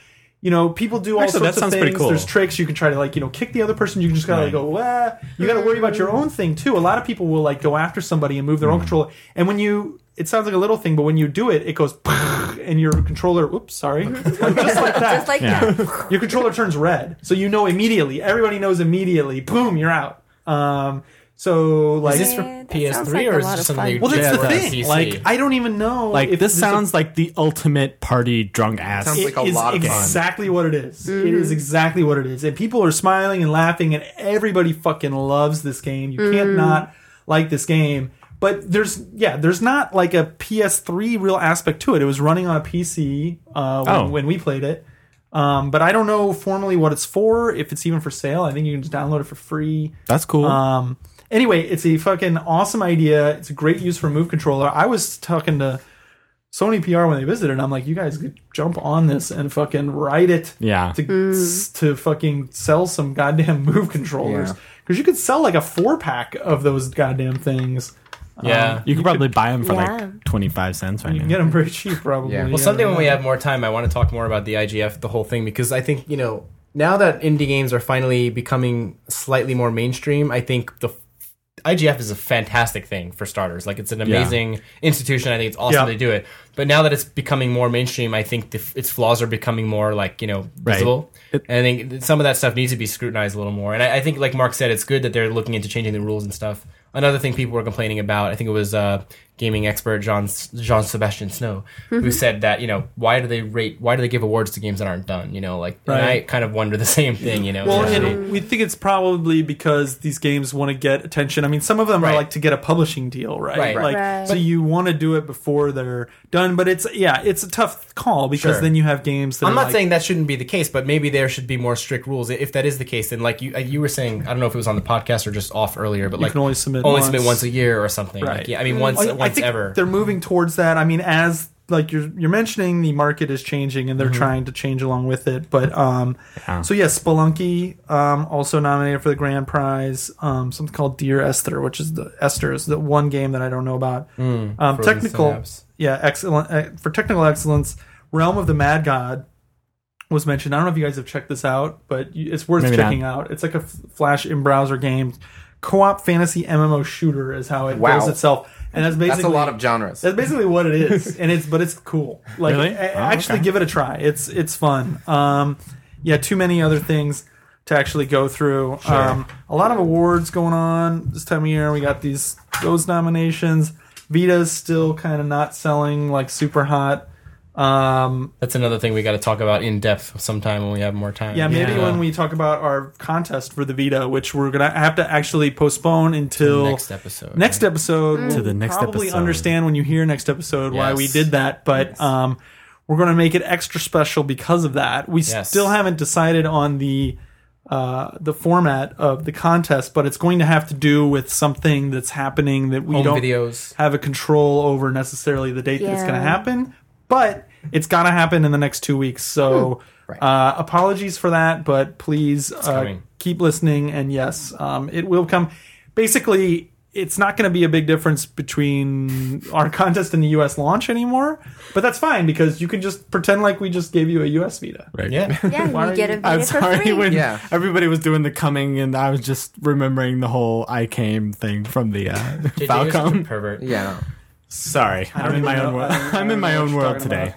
A: You know, people do all
B: Actually, that
A: sorts of
B: sounds
A: things.
B: pretty cool.
A: There's tricks you can try to like, you know, kick the other person. You can just gotta like, go. Wah. You gotta worry about your own thing too. A lot of people will like go after somebody and move their own
B: Mm-hmm.
A: controller. And when you, it sounds like a little thing, but when you do it, it goes, and your controller. Oops, sorry. just like that.
D: Just like
B: Yeah.
D: that.
A: Your controller turns red, so you know immediately. Everybody knows immediately. Boom, you're out. Um, so like,
C: Is this for
D: Yeah, that
C: PS3
D: sounds like
C: or
D: a
C: is
D: lot
C: this
D: of
C: something they
D: fun.
A: well, that's
C: just
A: the
C: put on
A: thing.
C: PC?
A: Like, I don't even know.
B: like
A: if
B: this,
A: is
B: sounds like the ultimate party drunk ass.
E: Sounds
A: a,
E: like a
A: it is
E: lot of fun.
A: exactly what it is. It is exactly what it is, and people are smiling and laughing, and everybody fucking loves this game. You can't not like this game. But there's yeah, there's not like a PS3 real aspect to it. It was running on a PC uh, when,
B: Oh.
A: when we played it. Um, but I don't know formally what it's for, if it's even for sale. I think you can just download it for free.
B: That's cool.
A: Um, anyway, it's a fucking awesome idea. It's a great use for a move controller. I was talking to Sony PR when they visited, and I'm like, you guys could jump on this and fucking ride it
B: yeah.
A: to
E: Mm.
A: to fucking sell some goddamn move controllers
E: Yeah.
A: because you could sell like a four pack of those goddamn things.
B: Um,
C: yeah.
B: You could probably buy 'em buy them for
D: Yeah.
B: like twenty five cents right
A: You
B: now.
A: can get them pretty cheap, probably.
E: Yeah. Well,
A: I
C: Well, someday
A: don't
C: when we
A: know.
C: have more time, I want to talk more about the IGF, the whole thing, because I think, you know, now that indie games are finally becoming slightly more mainstream, I think the IGF is a fantastic thing for starters. Like, it's an amazing institution. I think it's awesome
A: Yeah.
C: they do it. But now that it's becoming more mainstream, I think the, f- its flaws are becoming more, like, you know, visible. and I think that some of that stuff needs to be scrutinized a little more. And I, I think, like Mark said, it's good that they're looking into changing the rules and stuff. Another thing people were complaining about, I think it was uh, gaming expert John John Sebastian Snow, who said that you know why do they rate why do they give awards to games that aren't done? You know, like and I
A: Right.
C: kind of wonder the same thing. You know,
A: Well,
C: essentially.
A: and we think it's probably because these games want to get attention. I mean, some of them
C: Right.
A: are like to get a publishing deal, right?
C: Right.
A: Like,
D: Right.
A: so you want to do it before they're done. But it's yeah, it's a tough call because
C: Sure.
A: then you have games that
C: I'm
A: are
C: not
A: like-
C: saying that shouldn't be the case, but maybe there should be more strict rules. If that is the case, then like you uh, you were saying, I don't know if it was on the podcast or just off earlier, but like
A: can only submit
C: only
A: once.
C: submit once a year or something. Like,
A: Right.
C: yeah, I mean Mm. once
A: I- I
C: once
A: think
C: ever.
A: They're moving towards that. I mean, as like you're you're mentioning the market is changing and they're
C: Mm-hmm.
A: trying to change along with it. But um, so yes, Spelunky um, also nominated for the grand prize. Um, something called Dear Esther, which is the Esther is the one game that I don't know about. um,
C: Mm, Frozen
A: technical,
C: Synapse.
A: yeah, excellent uh, for technical excellence. Realm of the Mad God was mentioned. I don't know if you guys have checked this out, but you- it's worth
B: Maybe not.
A: checking out. It's like a f- flash in browser game, co-op fantasy MMO shooter is how it
E: Wow.
A: calls itself, and that's basically
E: That's a lot of genres.
A: that's basically what it is, and it's but it's cool. Like
B: Really?
A: a-
B: Oh,
A: actually,
B: okay.
A: give it a try. It's it's fun. Um, yeah, too many other things to actually go through. Um, a lot of awards going on this time of year. We got these those nominations. Vita's still kind of not selling like super hot. Um,
C: That's another thing we got to talk about in depth sometime when we have more time.
A: yeah, maybe
B: Yeah.
A: when we talk about our contest for the Vita, which we're gonna have to actually postpone until
C: next episode.
A: next episode
B: To
A: we'll
B: the next
A: probably
B: episode.
A: understand when you hear next episode why we
C: Yes.
A: did that but um, we're going to make it extra special because of that we
C: Yes.
A: still haven't decided on the uh, the format of the contest but it's going to have to do with something that's happening that we
C: Home
A: don't
C: videos.
A: have a control over necessarily the date that it's
D: Yeah.
A: going to happen but it's got to happen in the next two weeks so uh, apologies for that but please uh,
C: coming.
A: keep listening and yes um, it will come basically it's not going to be a big difference between our contest and the us launch anymore but that's fine because you can just pretend like we just gave you a us vita
B: Right.
C: Yeah.
A: Why
D: Yeah,
A: are
D: you get a
A: you-
D: video
B: I'm
D: for
B: sorry
D: free.
B: when
E: Yeah.
B: everybody was doing the coming, and I was just remembering the whole "I came" thing from the uh,
C: JJ, you're such a
B: Falcom.
C: pervert.
E: yeah,
B: Sorry, I'm in
A: even
B: my
A: know-
B: own world.
A: I don't even
B: I'm in
A: know
B: my
A: what
B: own
A: you're
B: world
A: talking
B: today.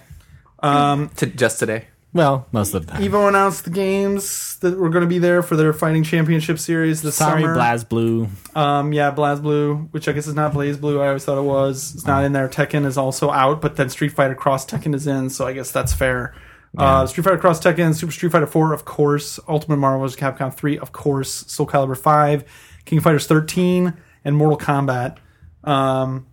E: no. to just today.
B: Well, most of the time.
A: Um, evo announced the games that were going to be there for their fighting championship series this
B: Sorry,
A: summer
B: BlazBlue.
A: Um, yeah, BlazBlue, which I guess is not Blaze Blue. I always thought it was. It's not in there. Tekken is also out, but then Street Fighter Cross Tekken is in, so I guess that's fair. Uh, Street Fighter Cross Tekken, Super Street Fighter 4, of course. Ultimate Marvel vs. Capcom 3, of course. Soul Calibur 5, King of Fighters 13, and Mortal Kombat. Um,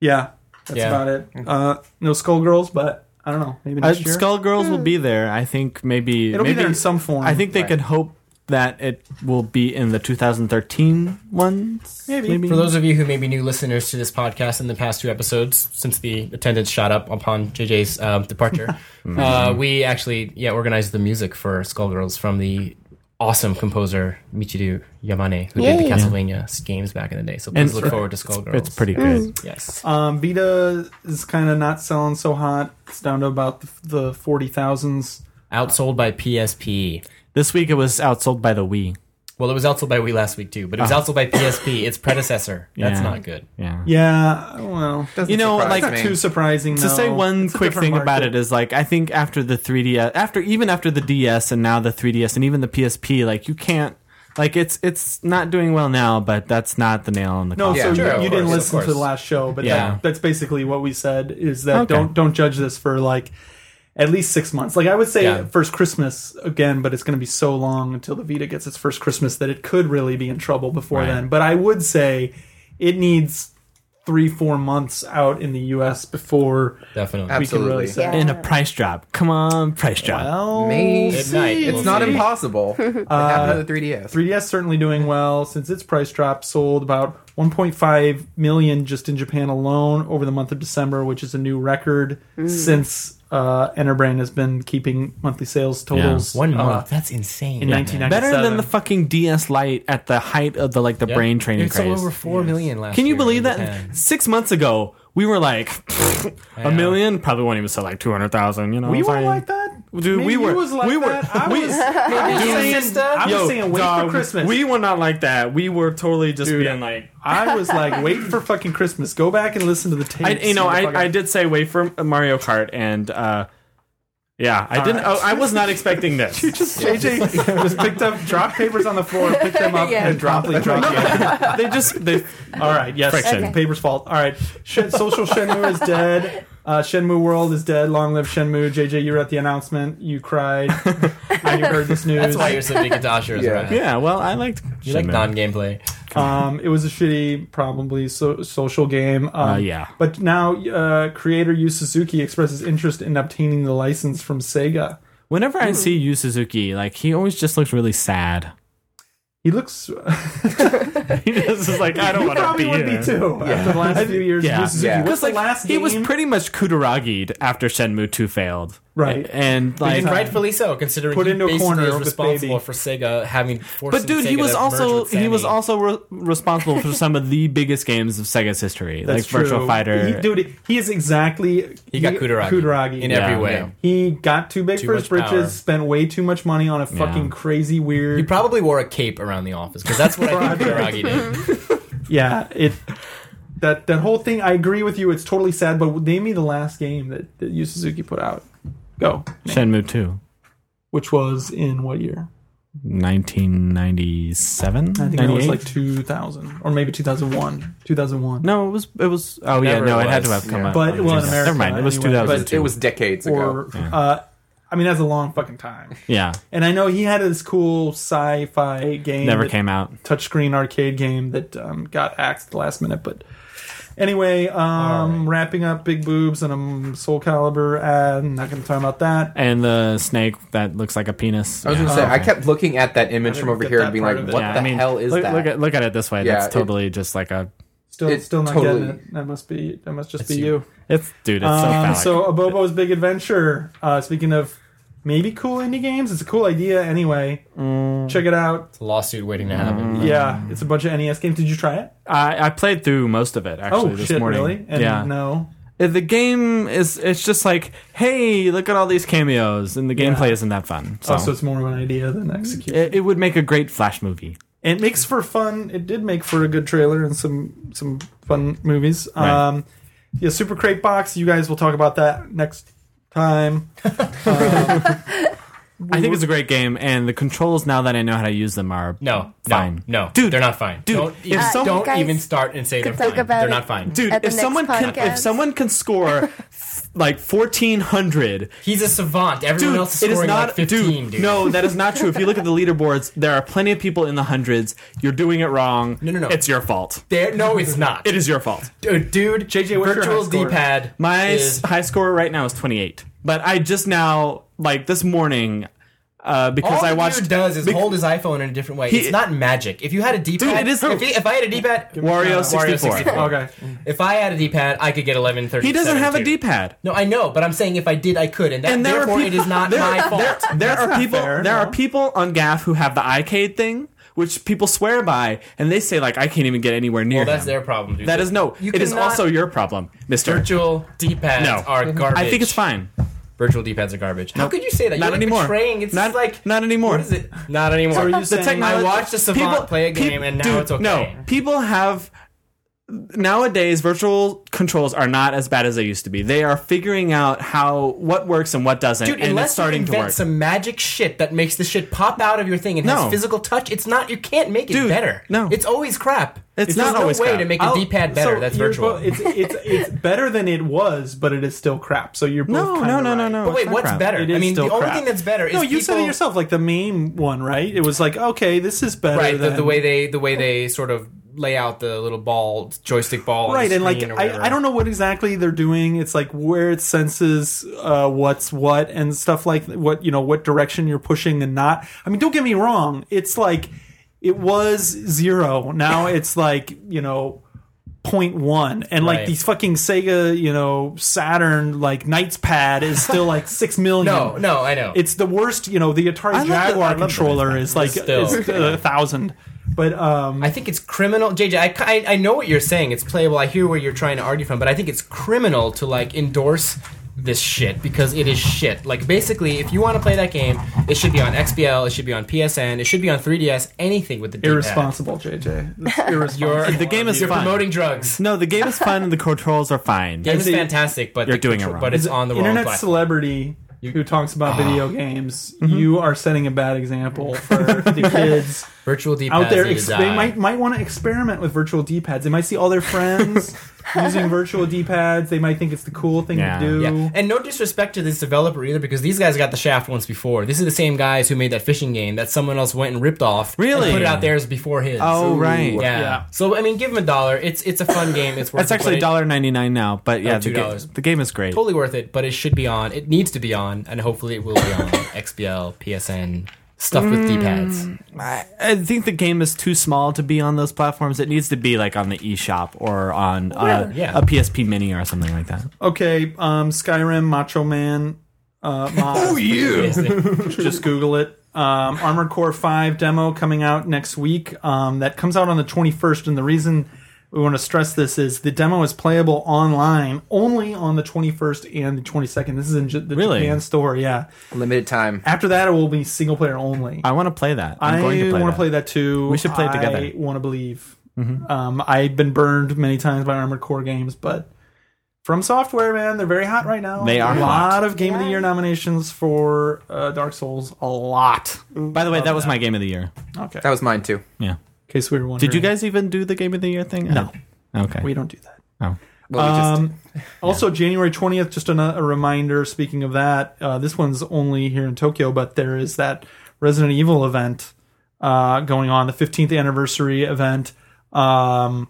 A: yeah, that's
C: Yeah.
A: about it. Uh, no Skullgirls, but I don't know. Maybe
B: Uh,
A: next year. Hmm.
B: Skullgirls will be there. I think maybe
A: It'll
B: maybe
A: be there in some form.
B: I think they could hope that it will be in the 2013 ones.
A: Maybe.
C: For those of you who may be new listeners to this podcast in the past two episodes, since the attendance shot up upon JJ's um, departure, uh, we actually yeah organized the music for Skullgirls from the awesome composer Michiru Yamane, who did
D: Yay.
C: the Castlevania games back in the day. So
B: And
C: please look
B: it's-
C: forward to Skullgirls.
B: it's pretty good.
C: yes.
A: Um, Vita is kind of not selling so hot. It's down to about the, the 40,000s.
C: Outsold by PSP.
B: This week it was outsold by the Wii.
C: Well, it was outsold by Wii last week too, but it was outsold by PSP, its predecessor. That's
B: Ah. Yeah.
C: not good.
B: Yeah.
A: Yeah, well, that's
B: You know, like
A: not too surprising.
B: to say
A: no.
B: one
A: It's a
B: quick
A: different
B: thing about
A: market.
B: it is like I think after the 3DS, after even after the DS and now the 3DS and even the PSP, like you can't like it's it's not doing well now, but that's not the nail on the
A: No,
B: coffin.
E: Yeah,
A: so
E: sure,
A: you,
E: of
A: you didn't
C: course, of
A: listen to the
C: course.
A: last show, but
B: Yeah.
A: that, that's basically what we said is that
B: Okay.
A: don't don't judge this for like at least six months. Like I would say
C: Yeah.
A: first Christmas again, but it's going to be so long until the Vita gets its first Christmas that it could really be in trouble before
B: Right.
A: then. But I would say it needs three four months out in the U.S. before
C: Definitely.
A: we can really
E: Absolutely.
A: say.
D: Yeah.
B: In a price drop. Come on, price drop.
A: Well,
E: Maybe.
A: see.
C: Midnight.
A: It's
E: It's
C: We'll
E: not
C: see.
E: impossible. It happened to the 3DS.
A: 3DS certainly doing well since its price drop sold about 1.5 million just in Japan alone over the month of December, which is a new record since uh, Enterbrain has been keeping monthly sales totals.
C: One
A: uh,
C: month. That's insane.
A: in
C: Yeah.
A: 1997.
B: Better than the fucking DS Lite at the height of the like the
C: Yep.
B: brain training
C: It's
B: craze.
C: over four million last.
B: Can you
C: year
B: believe
C: in
B: that?
C: Japan.
B: Six months ago, we were like
C: know.
B: a million, probably won't even sell like two hundred thousand. You know,
A: we
B: what
A: were
B: I'm saying?
A: like that?
B: Dude,
A: Maybe
B: we
A: you
B: were.
A: was like
B: we were.
A: that. I
B: we,
A: was- I'm
B: Dude,
A: saying, I'm
B: Yo,
A: saying wait
B: dog,
A: for Christmas.
B: We were not like that. We were totally just
A: Dude,
B: being like.
A: I was like, wait for fucking Christmas. Go back and listen to the tapes.
B: I, you know,
A: motherfucker.
B: I, I did say wait for Mario Kart and uh, yeah, I didn't.
A: right.
B: Oh, I was not expecting this.
A: Just JJ just picked up, dropped papers on the floor, picked them up,
D: Yeah.
A: and dropped them. Dropped them.
B: they just they.
A: All right, yes,
B: Friction.
D: Okay.
A: paper's fault. All right, Shen- social Shenmue is dead. Uh, Shenmue World is dead. Long live Shenmue. JJ, you were at the announcement. You cried when you heard this news.
C: That's why you're so big into Asher's
E: Yeah.
C: yeah. right?
B: Yeah, well, I liked.
C: You like non-gameplay.
A: um, it was a shitty, probably so- social game. Um,
B: Uh, yeah.
A: But now, uh, creator Yu Suzuki expresses interest in obtaining the license from Sega.
B: Whenever I see Yu Suzuki, like he always just looks really sad.
A: He looks.
B: this is like I don't want to
A: probably
B: be
A: would
B: here.
A: be too after the last few years.
B: Yeah.
A: This is
E: Yeah.
A: What's
B: Because
A: the
B: like
A: last
B: he was
A: game?
B: pretty much kudaragied after Shenmue 2 failed.
A: Right.
B: A- And like
C: And rightfully so, considering
A: Put
C: he
A: into a
C: basically
A: corner
C: is
A: with
C: responsible
A: baby.
C: for Sega having forced.
B: But dude,
C: Sega
B: he was
C: to merge
B: also
C: with
B: he was
C: Sammy.
B: also re- responsible for some of the biggest games of Sega's history,
A: That's
B: like Virtual
A: true.
B: Fighter.
A: He, dude, he is exactly
C: He got Kudaragi, in
A: Yeah.
C: every
B: Yeah.
C: way.
B: Yeah.
A: He got too big
C: Too
A: for his
C: much power.
A: britches. Spent way too much money on a fucking crazy weird.
C: He probably wore a cape around the office because that's what I think Kuragi did.
A: yeah, it. That that whole thing. I agree with you. It's totally sad. But name me the last game that that Yu Suzuki put out. Go.
B: Shenmue 2,
A: Which was in what year?
B: 1997,
A: I think it was
B: 98?
A: like 2000 or maybe 2001. 2001.
B: No, it was it was oh yeah,
C: Never
B: no, it had
C: was.
B: to have come
E: Yeah.
B: out.
A: But well, in
B: never
A: America,
B: mind. It was
A: anyway,
B: 2000.
E: But it was decades ago.
A: Or uh, I mean, that's a long fucking time.
B: yeah,
A: And I know he had this cool sci-fi game.
B: never
A: that-
B: came out.
A: touchscreen arcade game that um, got axed at the last minute. But anyway, um, wrapping up Big Boobs and um, Soul Calibur. Uh, I'm not going to talk about that.
B: And the snake that looks like a penis.
E: I was
B: yeah.
E: gonna say I kept looking at that image
A: didn't
E: from over
A: get
E: here
A: that
E: and being
A: part
E: like,
A: of it.
E: "What
B: Yeah,
E: the
B: I mean,
E: hell is
B: look,
E: that?"
B: Look at look at it this way.
E: Yeah,
B: That's
E: it-
B: totally just like a.
A: Still,
E: It
A: still not
E: totally-
A: getting it. That must be. That must just
C: It's
A: be
C: you.
A: you.
B: It's dude. It's so
A: Um,
B: phallic.
A: so, a Bobo's Big Adventure. Uh, speaking of maybe cool indie games, it's a cool idea. Anyway,
E: Mm.
A: check it out.
C: It's a lawsuit waiting to
A: Mm.
C: happen.
B: Mm.
A: Yeah, it's a bunch of NES games. Did you try it?
B: I, I played through most of it actually
A: oh
B: this
A: shit!
B: morning.
A: Really? And
B: yeah.
A: No.
B: Uh, The game is it's just like, hey, look at all these cameos, and the gameplay isn't that fun. So,
A: Oh, so it's more of an idea than execution.
B: it, it would make a great flash movie.
A: it makes for fun. It did make for a good trailer and some some fun movies. Um, yeah, Super Crate Box. You guys will talk about that next time.
B: I think it's a great game, and the controls now that I know how to use them are
C: No, no,
B: fine.
C: no,
B: dude,
C: they're not fine.
B: dude,
C: don't,
B: if
C: even,
B: someone-
C: don't
D: You guys
C: even start and say they're
D: could talk
C: fine.
D: about
C: they're
D: it.
C: not fine.
B: Dude,
D: At the
B: if
D: next
B: someone can
D: podcast.
B: if someone can score like fourteen hundred,
C: He's a savant. Everyone
B: dude,
C: else is
B: it
C: scoring
B: is not
C: like 15, dude.
B: No, that is not true. If you look at the leaderboards, there are plenty of people in the hundreds. You're doing it wrong.
C: No, no, no.
B: It's your fault.
C: There- no, it's not.
B: It uh, is your fault.
C: Dude, dude,
A: JJ, what's your
C: virtual
A: high score?
C: D-pad
B: My
C: is
B: s- high score right now is 28. But I just now, like this morning, uh, because
C: All
B: I
C: the
B: watched
C: dude does is
B: bec-
C: hold his iPhone in a different way. it's not magic. If you had a D-pad,
B: it is-
C: If, if I had a D-pad,
B: Wario
C: Uh,
B: 64.
A: Okay,
C: If I had a D-pad, I could get eleven thirty.
B: He doesn't have a
C: too.
B: D-pad.
C: No, I know, but I'm saying if I did, I could, and, that,
B: And there are
C: therefore
B: people-
C: it is not my fault.
B: There, there are people.
A: fair,
B: there
A: no.
B: are people on GAF who have the iCade thing, which people swear by, and they say like, I can't even get anywhere near.
C: well, that's
B: him."
C: their problem, dude.
B: That is no.
C: You
B: it is
C: cannot-
B: also your problem, Mister.
C: Virtual D-pads
B: No.
C: are garbage.
B: I think it's fine.
C: Virtual D-pads are garbage. How could you say that?
B: Not
C: You're like
B: anymore.
C: betraying. It's
B: Not-
C: just like
B: not anymore.
C: What is it? Not anymore.
B: The technology.
C: I watched a savant play a game,
B: peop-
C: and now
B: dude,
C: it's okay.
B: No, people have nowadays virtual controls are not as bad as they used to be. They are figuring out how what works and what doesn't,
C: Dude,
B: and
C: unless
B: it's starting
C: you
B: to
C: invent
B: work.
C: some magic shit that makes the shit pop out of your thing and
B: No.
C: has physical touch, it's not. You can't make it
B: Dude,
C: better.
B: no.
C: it's always crap.
B: It's
C: There's
B: not
C: no
B: always
C: way
B: crap.
C: to make a
A: I'll-
C: D-pad better.
A: so
C: that's
A: you're
C: virtual.
A: bo- it's, it's it's better than it was, but it is still crap. So you're both
B: no,
A: kinda
B: no, no, no,
A: right.
B: no.
C: but wait,
B: it's not
C: what's
B: crap.
C: better?
A: It is
C: I mean,
A: still
C: the only
A: crap.
C: thing that's better is
A: No, you said it
C: people-
A: yourself. Like the main one, right? It was like, okay, this is better.
C: right the,
A: than-
C: the way they the way they sort of lay out the little ball joystick ball on
A: right
C: the
A: and like
C: screen or whatever.
A: I, I don't know what exactly they're doing it's like where it senses uh, what's what and stuff like what you know what direction you're pushing and not i mean don't get me wrong it's like it was zero now it's like you know point one and like
C: Right.
A: these fucking sega you know saturn like knights pad is still like six million
C: no no i know
A: it's the worst you know the atari
B: love the- I
A: jaguar
B: love the
A: controller
B: Knights
A: is like
C: Still.
A: is a thousand but um
C: i think it's criminal jj I, ki- I, I know what you're saying it's playable i hear where you're trying to argue from but i think it's criminal to like endorse this shit because it is shit like basically if you want to play that game it should be on xbl it should be on psn it should be on 3ds anything with the D-pad.
A: irresponsible jj That's irresponsible
C: you're,
B: The game is
C: you're
B: fun.
C: promoting drugs
B: No, the game is fun and the controls are fine.
C: game is
A: see,
C: fantastic but
B: you're
C: the
B: doing it
C: control-
B: wrong.
C: but it's
A: As
C: on the
A: an
C: wrong
A: internet
C: platform Oh. Mm-hmm.
A: celebrity who talks about video games, you are setting a bad example for the kids
C: virtual d-pads
A: out there.
C: need to
A: Ex-
C: die.
A: they might might want to experiment with virtual D pads. They might see all their friends using virtual D pads. They might think it's the cool thing
B: Yeah.
A: to do.
C: Yeah, and no disrespect to this developer either, because these guys got the shaft once before. This is the same guys who made that fishing game that someone else went and ripped off. and
B: Really?
C: put it out theirs before his.
B: Oh right,
C: yeah.
A: yeah.
C: So I mean, give him a dollar. It's it's a fun game. It's worth.
B: It's actually
C: it, but it-
B: $1.99 now, but yeah, the, ga-
C: $2.
B: the game is great.
C: Totally worth it, but it should be on. It needs to be on, and hopefully it will be on XBL, PSN, stuff with D-pads.
B: I, I think the game is too small to be on those platforms. It needs to be like on the eShop or on uh,
C: Yeah.
B: a PSP Mini or something like that.
A: Okay, um, Skyrim, Macho Man, uh, oh
E: you.
A: just Google it. Um, Armored Core 5 demo coming out next week. Um, that comes out on the 21st. And the reason we want to stress this is the demo is playable online only on the 21st and the 22nd. This is in J- the
B: Really?
A: Japan store. Yeah.
E: Limited time.
A: After that, it will be single player only.
B: I want to play that. I'm going to play
A: want
B: that.
A: to play that too.
B: We should play it together. Mm-hmm.
A: I want to believe. Um, I've been burned many times by Armored Core games, but from software, man, they're very hot right now.
B: They are
A: a
B: hot.
A: lot of Game of the
D: Yeah.
A: Year nominations for uh, Dark Souls. A lot.
B: By the way, that was my game of the year.
A: Okay.
E: That was mine too.
B: Yeah.
A: In case we were wondering.
B: Did you guys even do the game of the year thing? No. Okay.
A: We don't do that.
B: oh.
E: Well, we just-
A: Um, also, January 20th, just an, a reminder, speaking of that, uh, this one's only here in Tokyo, but there is that Resident Evil event uh, going on, the 15th anniversary event. Um,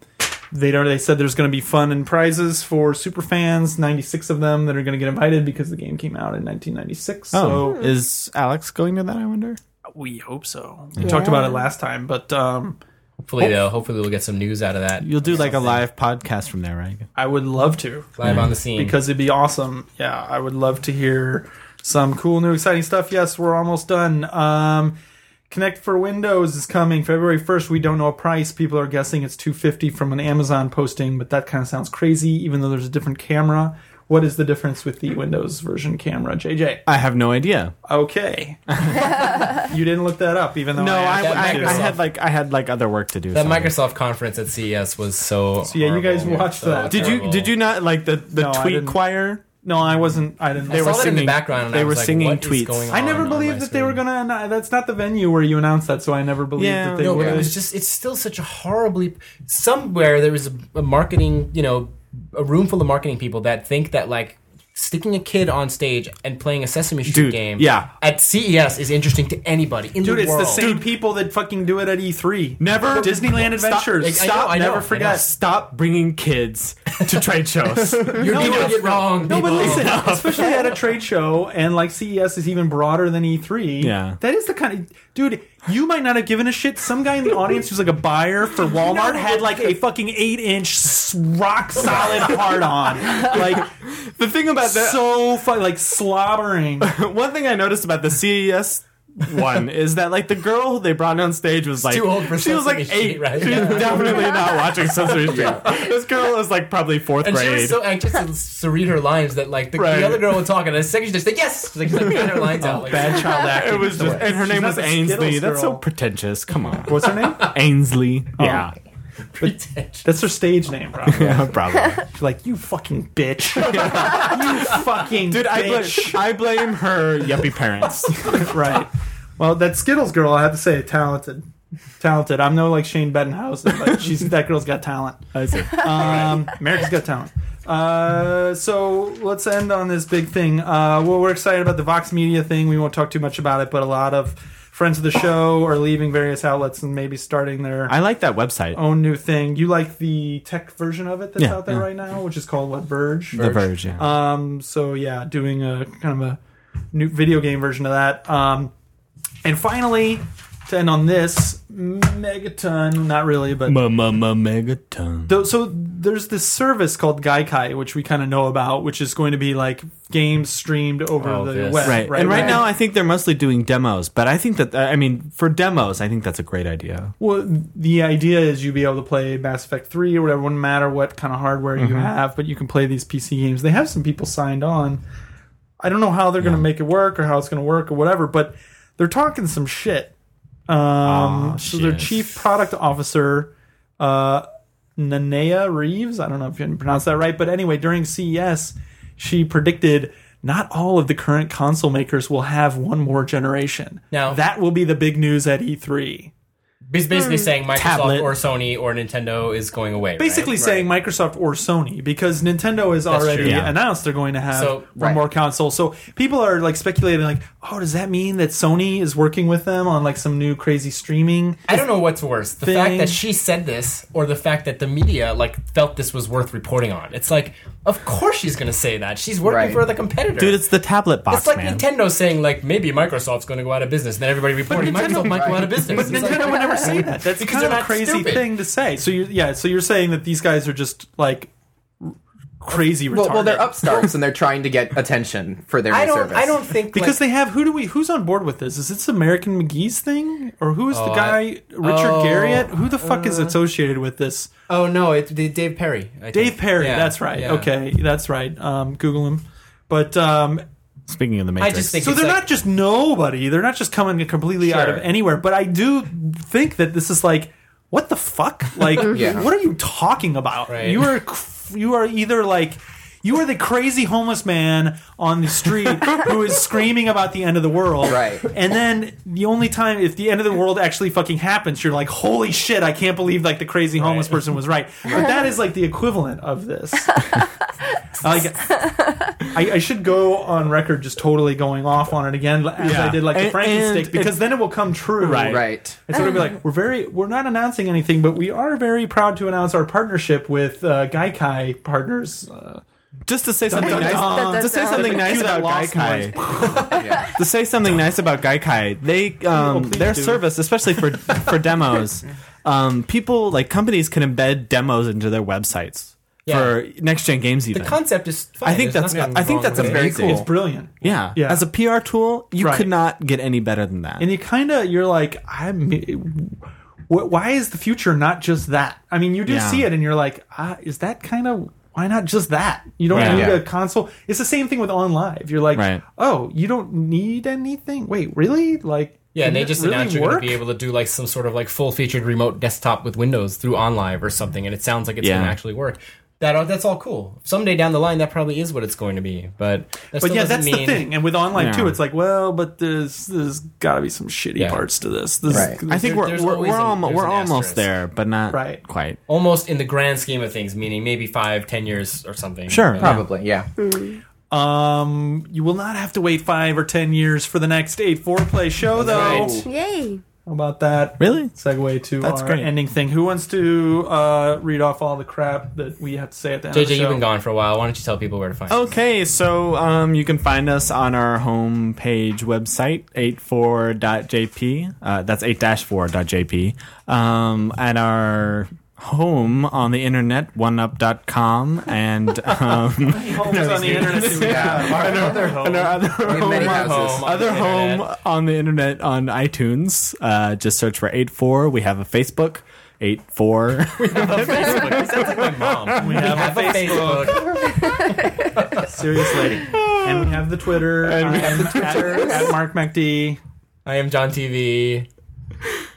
A: they, don't- they said there's going to be fun and prizes for super fans, 96 of them that are going to get invited because the game came out in 1996.
B: Oh,
A: So
B: is Alex going to that? I wonder.
A: we hope so. We talked about it last time, but um,
C: Hopefully, though, hopefully we'll get some news out of that.
B: You'll do like a live podcast from there, right?
A: I would love to.
C: Live on the scene.
A: because it'd be awesome. Yeah, I would love to hear some cool new exciting stuff. Yes, we're almost done. Um, Connect for Windows is coming February 1st. We don't know a price. People are guessing it's 250 from an Amazon posting, but that kind of sounds crazy even though there's a different camera. What is the difference with the Windows version camera, JJ?
B: I have no idea.
A: Okay. you didn't look that up even though
B: No, I,
A: I,
C: that
B: I,
A: asked you to.
B: I
C: Microsoft-
B: had like I had like other work to do.
C: that
B: so-
C: Microsoft conference at CES was so.
A: yeah, you guys
C: horrible.
A: watched that.
B: Did you did you not like the the
A: No, I
B: tweet
A: didn't.
B: choir?
A: No, I wasn't I didn't. I
C: I saw
B: were
C: that in the
B: singing-
C: background. And
B: they
C: I
B: were
C: was like,
B: singing
C: what is
B: tweets.
C: going
B: I
A: never
C: on on my
A: believed that they were
C: screen?
A: going to that's not the venue where you announced that, so I never believed
B: Yeah.
A: that they
B: No,
A: would.
C: No, but it was just it's still such a horribly somewhere there was a, a marketing, you know, a room full of marketing people that think that like sticking a kid on stage and playing a Sesame Street
B: Dude,
C: game
B: yeah.
C: at CES is interesting to anybody in
A: Dude,
C: the
A: it's
C: world.
A: the same people that fucking do it at E E3.
B: Never
A: Disneyland Adventures.
C: I know, I know,
B: never
C: I know.
B: forget. Stop bringing kids to trade shows.
C: You're doing it wrong.
A: No, but
C: people.
A: listen, especially at a trade show and like CES is even broader than E3.
B: Yeah.
A: That is the kind of dude, you might not have given a shit. Some guy in the audience who's like a buyer for Walmart had like a fucking eight inch rock solid hard on. Like
B: the thing about that,
A: so fu- like slobbering.
B: one thing I noticed about the CES one is that like the girl they brought on stage was like
C: too old for
B: she was like
C: Sesame
B: eight.
C: Street, right?
B: She was
C: Yeah.
B: definitely not watching Sesame Street. This girl is like probably fourth
C: And she
B: grade.
C: was so anxious to, to read her lines that like the,
B: Right.
C: the other girl would talk and the second she just said yes, like, she's like read her lines out.
A: Oh,
C: Like,
A: Bad child acting.
B: it was just, and her name
A: not
B: was
A: the
B: Ainsley.
A: Skittles
B: That's so
A: girl.
B: pretentious. Come on, Oh.
A: What's her name?
B: Ainsley. Yeah,
C: pretentious.
A: That's her stage name, probably.
B: yeah, probably.
A: Like, you fucking bitch. you fucking
B: Dude, I, bl-
A: bitch.
B: I blame her yuppie parents.
A: right. Well, that Skittles girl, I have to say, talented. Talented. I'm no like Shane Bettenhausen, but she's that girl's got talent.
B: I see.
A: Um, America's got talent. Uh, so let's end on this big thing. Uh, well, we're excited about the Vox Media thing. We won't talk too much about it, but a lot of friends of the show are leaving various outlets and maybe starting their
B: I like that website.
A: own new thing. You like the tech version of it that's
B: Yeah,
A: out there
B: yeah.
A: right now, which is called what Verge.
B: the Verge. Yeah.
A: Um, so yeah, doing a kind of a new video game version of that. Um, and finally, to end on this, Megaton, not really, but
B: Megaton.
A: Th- so there's this service called Gaikai, which we kind of know about, which is going to be like games streamed over
C: Oh,
A: the
C: this.
A: web.
B: Right. and right, now, I think they're mostly doing demos. But I think that I mean, for demos, I think that's a great idea.
A: well, the idea is you'd be able to play Mass Effect 3 or whatever, wouldn't matter what kind of hardware you have, but you can play these PC games. They have some people signed on. I don't know how they're going to make it work or how it's going to work or whatever, but they're talking some shit. Um,
B: Aw,
A: so their
B: shit.
A: chief product officer, uh, Nanea Reeves, I don't know if you can pronounce that right, but anyway, during CES, she predicted not all of the current console makers will have one more generation.
C: Now-
A: E that will be the big news at E3.
C: He's basically saying Microsoft
A: Tablet.
C: or Sony or Nintendo is going away. right?
A: Basically saying Microsoft or Sony because Nintendo has already
C: true. Yeah.
A: announced they're going to have
C: So-
A: one
E: Right.
A: more console. So people are like speculating, like, oh, does that mean that Sony is working with them on like some new crazy streaming?
C: I don't know what's worse: the fact
A: thing-
C: that she said this, or the fact that the media like felt this was worth reporting on. It's like, of course she's going to say that. She's working
E: Right.
C: for the competitor.
B: Dude, it's the tablet box,
C: It's like
B: man.
C: Nintendo saying like maybe Microsoft's going to go out of business, and then everybody reported Microsoft might go out of business.
A: But
C: It's like,
A: Nintendo would never say that. That's
C: Because
A: kind of
C: they're
A: a
C: not
A: crazy
C: stupid.
A: thing to say. So you yeah, so you're saying that these guys are just like r- crazy retarded.
E: Well, well, they're upstarts and they're trying to get attention for their new
C: I don't.
E: service.
C: I don't think
A: because they
C: like,
A: have who do we who's on board with this? Is this American McGee's thing or who is the guy Richard
C: oh, Uh.
A: Garriott? Who the fuck is associated with this?
C: Oh no, it's D- Dave Perry. I think.
A: Dave Perry,
C: Yeah,
A: that's right.
C: yeah.
A: Okay, that's right. Um, Google him. But um,
B: Speaking of the
C: I
B: Matrix,
C: just think
A: so
C: it's
A: they're
C: like-
A: not just nobody. They're not just coming completely out of
C: Sure.
A: anywhere. But I do think that this is like, what the fuck? Like,
E: Yeah.
A: what are you talking about?
C: Right.
A: You are you are either like. You are the crazy homeless man on the street who is screaming about the end of the world.
E: Right.
A: And then the only time if the end of the world actually fucking happens, you're like, "Holy shit, I can't believe like the crazy homeless
C: Right.
A: person was right." But that is like the equivalent of this. like, I, I should go on record just totally going off on it again as
B: Yeah.
A: I did like the
B: And-
A: Frankensteak
B: and
A: because then it will come true.
B: Right. Um,
E: Right.
A: And so it'll be like we're very we're not announcing anything, but we are very proud to announce our partnership with uh, Gaikai Partners. Uh,
B: just to say something
A: dun,
B: nice,
A: dun.
B: to say something
A: Cue
B: nice
A: that
B: about
A: lost
B: Gaikai,
E: Yeah.
B: to say something nice about Gaikai, they um,
A: please
B: their
A: do.
B: service, especially for for demos, um, people like companies can embed demos into their websites
C: Yeah.
B: for next gen games. Even
C: the concept is. Fine.
B: I think
C: There's
B: that's
C: nothing
B: I think
C: wrong
B: that's
C: with it.
E: very
B: amazing.
E: cool.
A: It's brilliant.
B: Yeah.
A: Yeah.
B: as a PR tool, you
A: Right.
B: could not get any better than that.
A: and you kind of you're like i'm wh- why is the future not just that i mean you do
B: Yeah.
A: see it and you're like ah, is that kind of why not just that you don't
B: Right.
A: need
E: Yeah.
A: a console it's the same thing with on live you're like
B: Right.
A: oh you don't need anything wait really like
C: Yeah, and
A: can
C: they
A: it
C: just
A: really
C: announced you're going
A: work?
C: to be able to do like some sort of like full featured remote desktop with Windows through OnLive or something, and it sounds like it's
B: Yeah.
C: going to actually work. That uh, that's all cool. Someday down the line, that probably is what it's going to be. But that
A: but
C: still
A: yeah,
C: doesn't
A: that's the
C: mean-
A: thing. And with online too,
B: Yeah.
A: it's like, well, but there's there's got to be some shitty
C: Yeah.
A: parts to this. This
E: Right.
A: this-
B: I think
C: There-
B: we're
C: there's
B: we're,
C: always
B: we're,
C: an-
B: almo-
C: there's
B: we're
C: an
B: almost
C: asterisk.
B: there, but not
A: Right.
B: quite.
C: Almost in the grand scheme of things, meaning maybe five, ten years or something.
B: Sure.
C: But-
E: Probably. Yeah.
A: um, you will not have to wait five or ten years for the next eight four play show, though.
E: Right.
D: Yay!
A: How about that?
B: Really?
A: segue to
B: That's
A: our
B: great.
A: ending thing. Who wants to uh, read off all the crap that we have to say at the end of the
C: JJ,
A: show?
C: you've been gone for a while. Why don't you tell people where to find?
A: Oh,
C: us?
B: Okay, so um, you can find us on our homepage website, 84.jp. Uh, that's 8 4.jp. Um, at our home on the internet, oneup.com. And, um,
A: Homes on the internet. see what we got.
E: Yeah.
A: Our other home.
B: and our other
E: have
B: home,
E: many
B: on-
E: houses.
C: Home on
B: other
C: the
B: home
C: internet.
B: on the internet on iTunes. Uh, just search for 84. We have a Facebook. Eight four.
C: Facebook. Sounds like my mom. We
A: have a
C: Facebook.
A: Seriously. And we have the Twitter. And we have the Twitter. At, Mark McD.
C: I am John TV.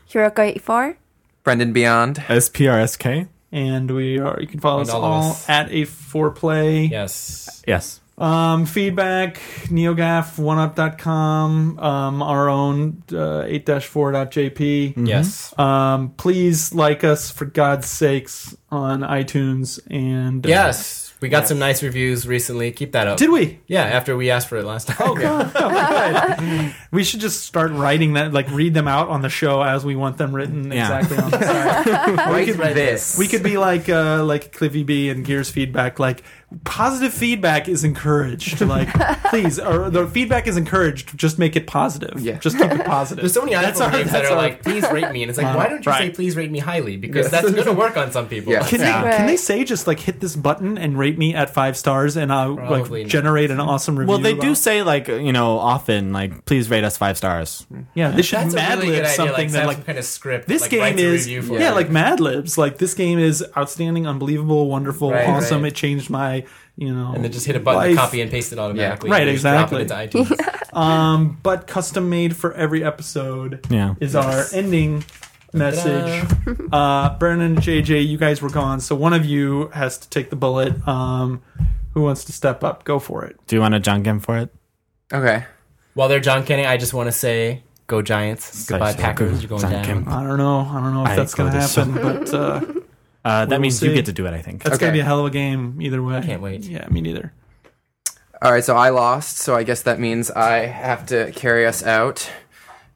D: Hiroko 84.
E: Brendan Beyond.
B: SPRSK.
A: And we are. You can follow
C: And
A: us
C: all of
A: all
C: us.
A: at a four play.
C: Yes.
B: Yes.
A: Um, feedback, neogaf, oneup.com, um, our own uh, 8-4.jp.
B: Mm-hmm.
C: Yes.
A: Um, please like us for God's sakes on iTunes and uh,
C: Yes. We got some nice reviews recently. Keep that up.
A: Did we?
C: Yeah, after we asked for it last time.
A: Oh,
C: Okay.
A: We should just start writing that, like read them out on the show as we want them written
B: Yeah.
A: exactly on the side.
E: Right.
C: Oh, could-
E: This.
A: We could be like, uh, like Cliffy B and Gears feedback. Like positive feedback is encouraged. Like please, or the feedback is encouraged. Just make it positive.
E: Yeah.
A: Just keep it positive.
C: There's so many iPhone
A: our-
C: games that
A: that's
C: are
A: our- Uh,
C: like, please rate me. And it's like, why don't you say
A: Right.
C: please rate me highly? Because that's going to work on some people.
E: Yeah.
A: Can
B: Yeah.
A: they can
D: Right.
A: they say just like hit this button and rate me at five stars and I'll
C: Probably
A: like
C: not.
A: generate an awesome review?
B: Well, they do
A: about-
B: say like you know often like please rate us five stars.
A: Yeah, they should
C: That's a
A: Mad
C: really good
A: Lib
C: idea.
A: something
C: like,
A: that
C: some
A: like
C: kind of script.
A: this
C: like,
A: game
C: writes a
A: is
C: review for
A: yeah
C: it.
A: like mad libs like this game is outstanding unbelievable wonderful
C: Right,
A: awesome
C: right.
A: it changed my you know
C: And then just hit a button,
A: life.
C: to copy and paste it automatically.
A: Right,
C: and just drop it
A: exactly.
C: into iTunes.
A: um but custom made for every episode
B: Yeah.
A: is our ending message uh brennan and jj you guys were gone so one of you has to take the bullet um who wants to step up go for it
B: Do you want to junk in for it?
E: Okay.
C: While they're John Kenny, I just want to say Go Giants. Goodbye, Packers. You're going down.
A: I don't know. I don't know if
B: I
A: that's going to
B: go this-
A: happen, but uh,
B: Uh, that
A: will
B: means you
A: see.
B: get to do it. I think.
A: that's
E: Okay.
A: going to be a hell of a game either way. I
C: can't wait.
A: Yeah, me neither.
E: All right, so I lost, so I guess that means I have to carry us out.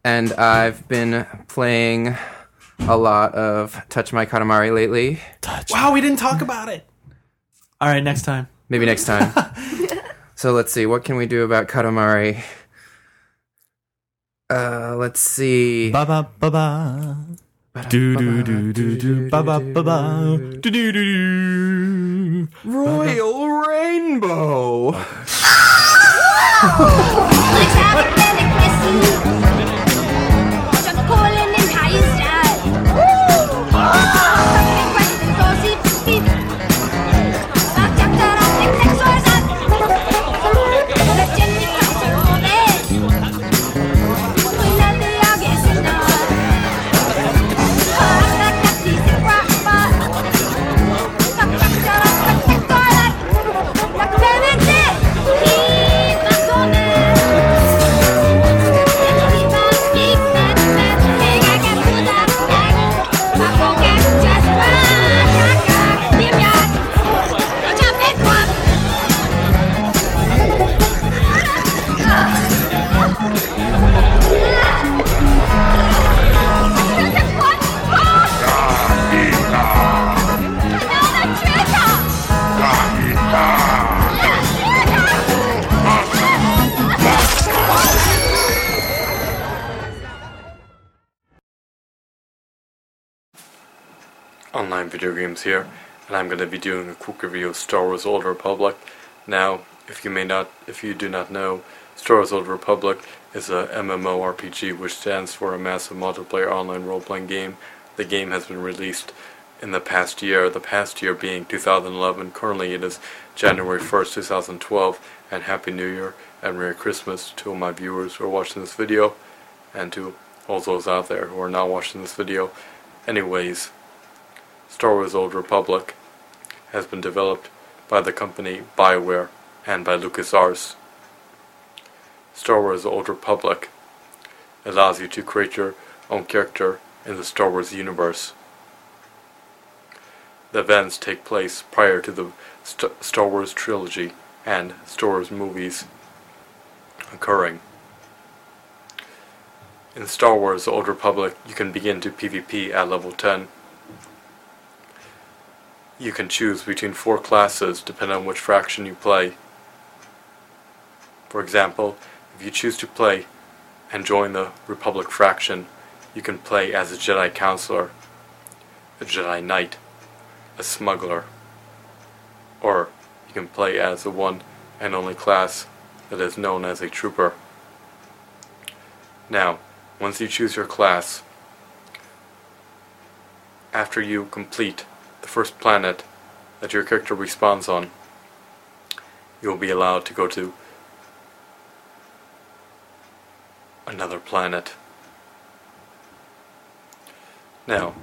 E: And I've been playing a lot of Touch My Katamari lately.
A: Wow, we didn't talk about it. All right, next time.
E: Maybe next time. so let's see, what can we do about Katamari? Uh, let's see.
B: Ba ba ba ba. Do do do do do ba ba ba ba. Do do do do.
E: Royal Rainbow!
F: Yeah.
G: Online Video Games here, and I'm going to be doing a quick review of Star Wars Old Republic. Now, if you may not, if you do not know, Star Wars Old Republic is a MMORPG which stands for a massive multiplayer online role-playing game. The game has been released in the past year, the past year being 2011. Currently, it is January 1st, 2012, and Happy New Year and Merry Christmas to all my viewers who are watching this video, and to all those out there who are not watching this video. Anyways, Star Wars Old Republic has been developed by the company BioWare and by LucasArts. Star Wars Old Republic allows you to create your own character in the Star Wars universe. The events take place prior to the St- Star Wars trilogy and Star Wars movies occurring. In Star Wars The Old Republic, you can begin to PvP at level 10. You can choose between four classes depending on which faction you play. For example, if you choose to play and join the Republic faction, you can play as a Jedi Counselor, a Jedi Knight, a Smuggler, or you can play as the one and only class that is known as a Trooper. Now, once you choose your class, after you complete the first planet that your character respawns on, you'll be allowed to go to another planet. Now,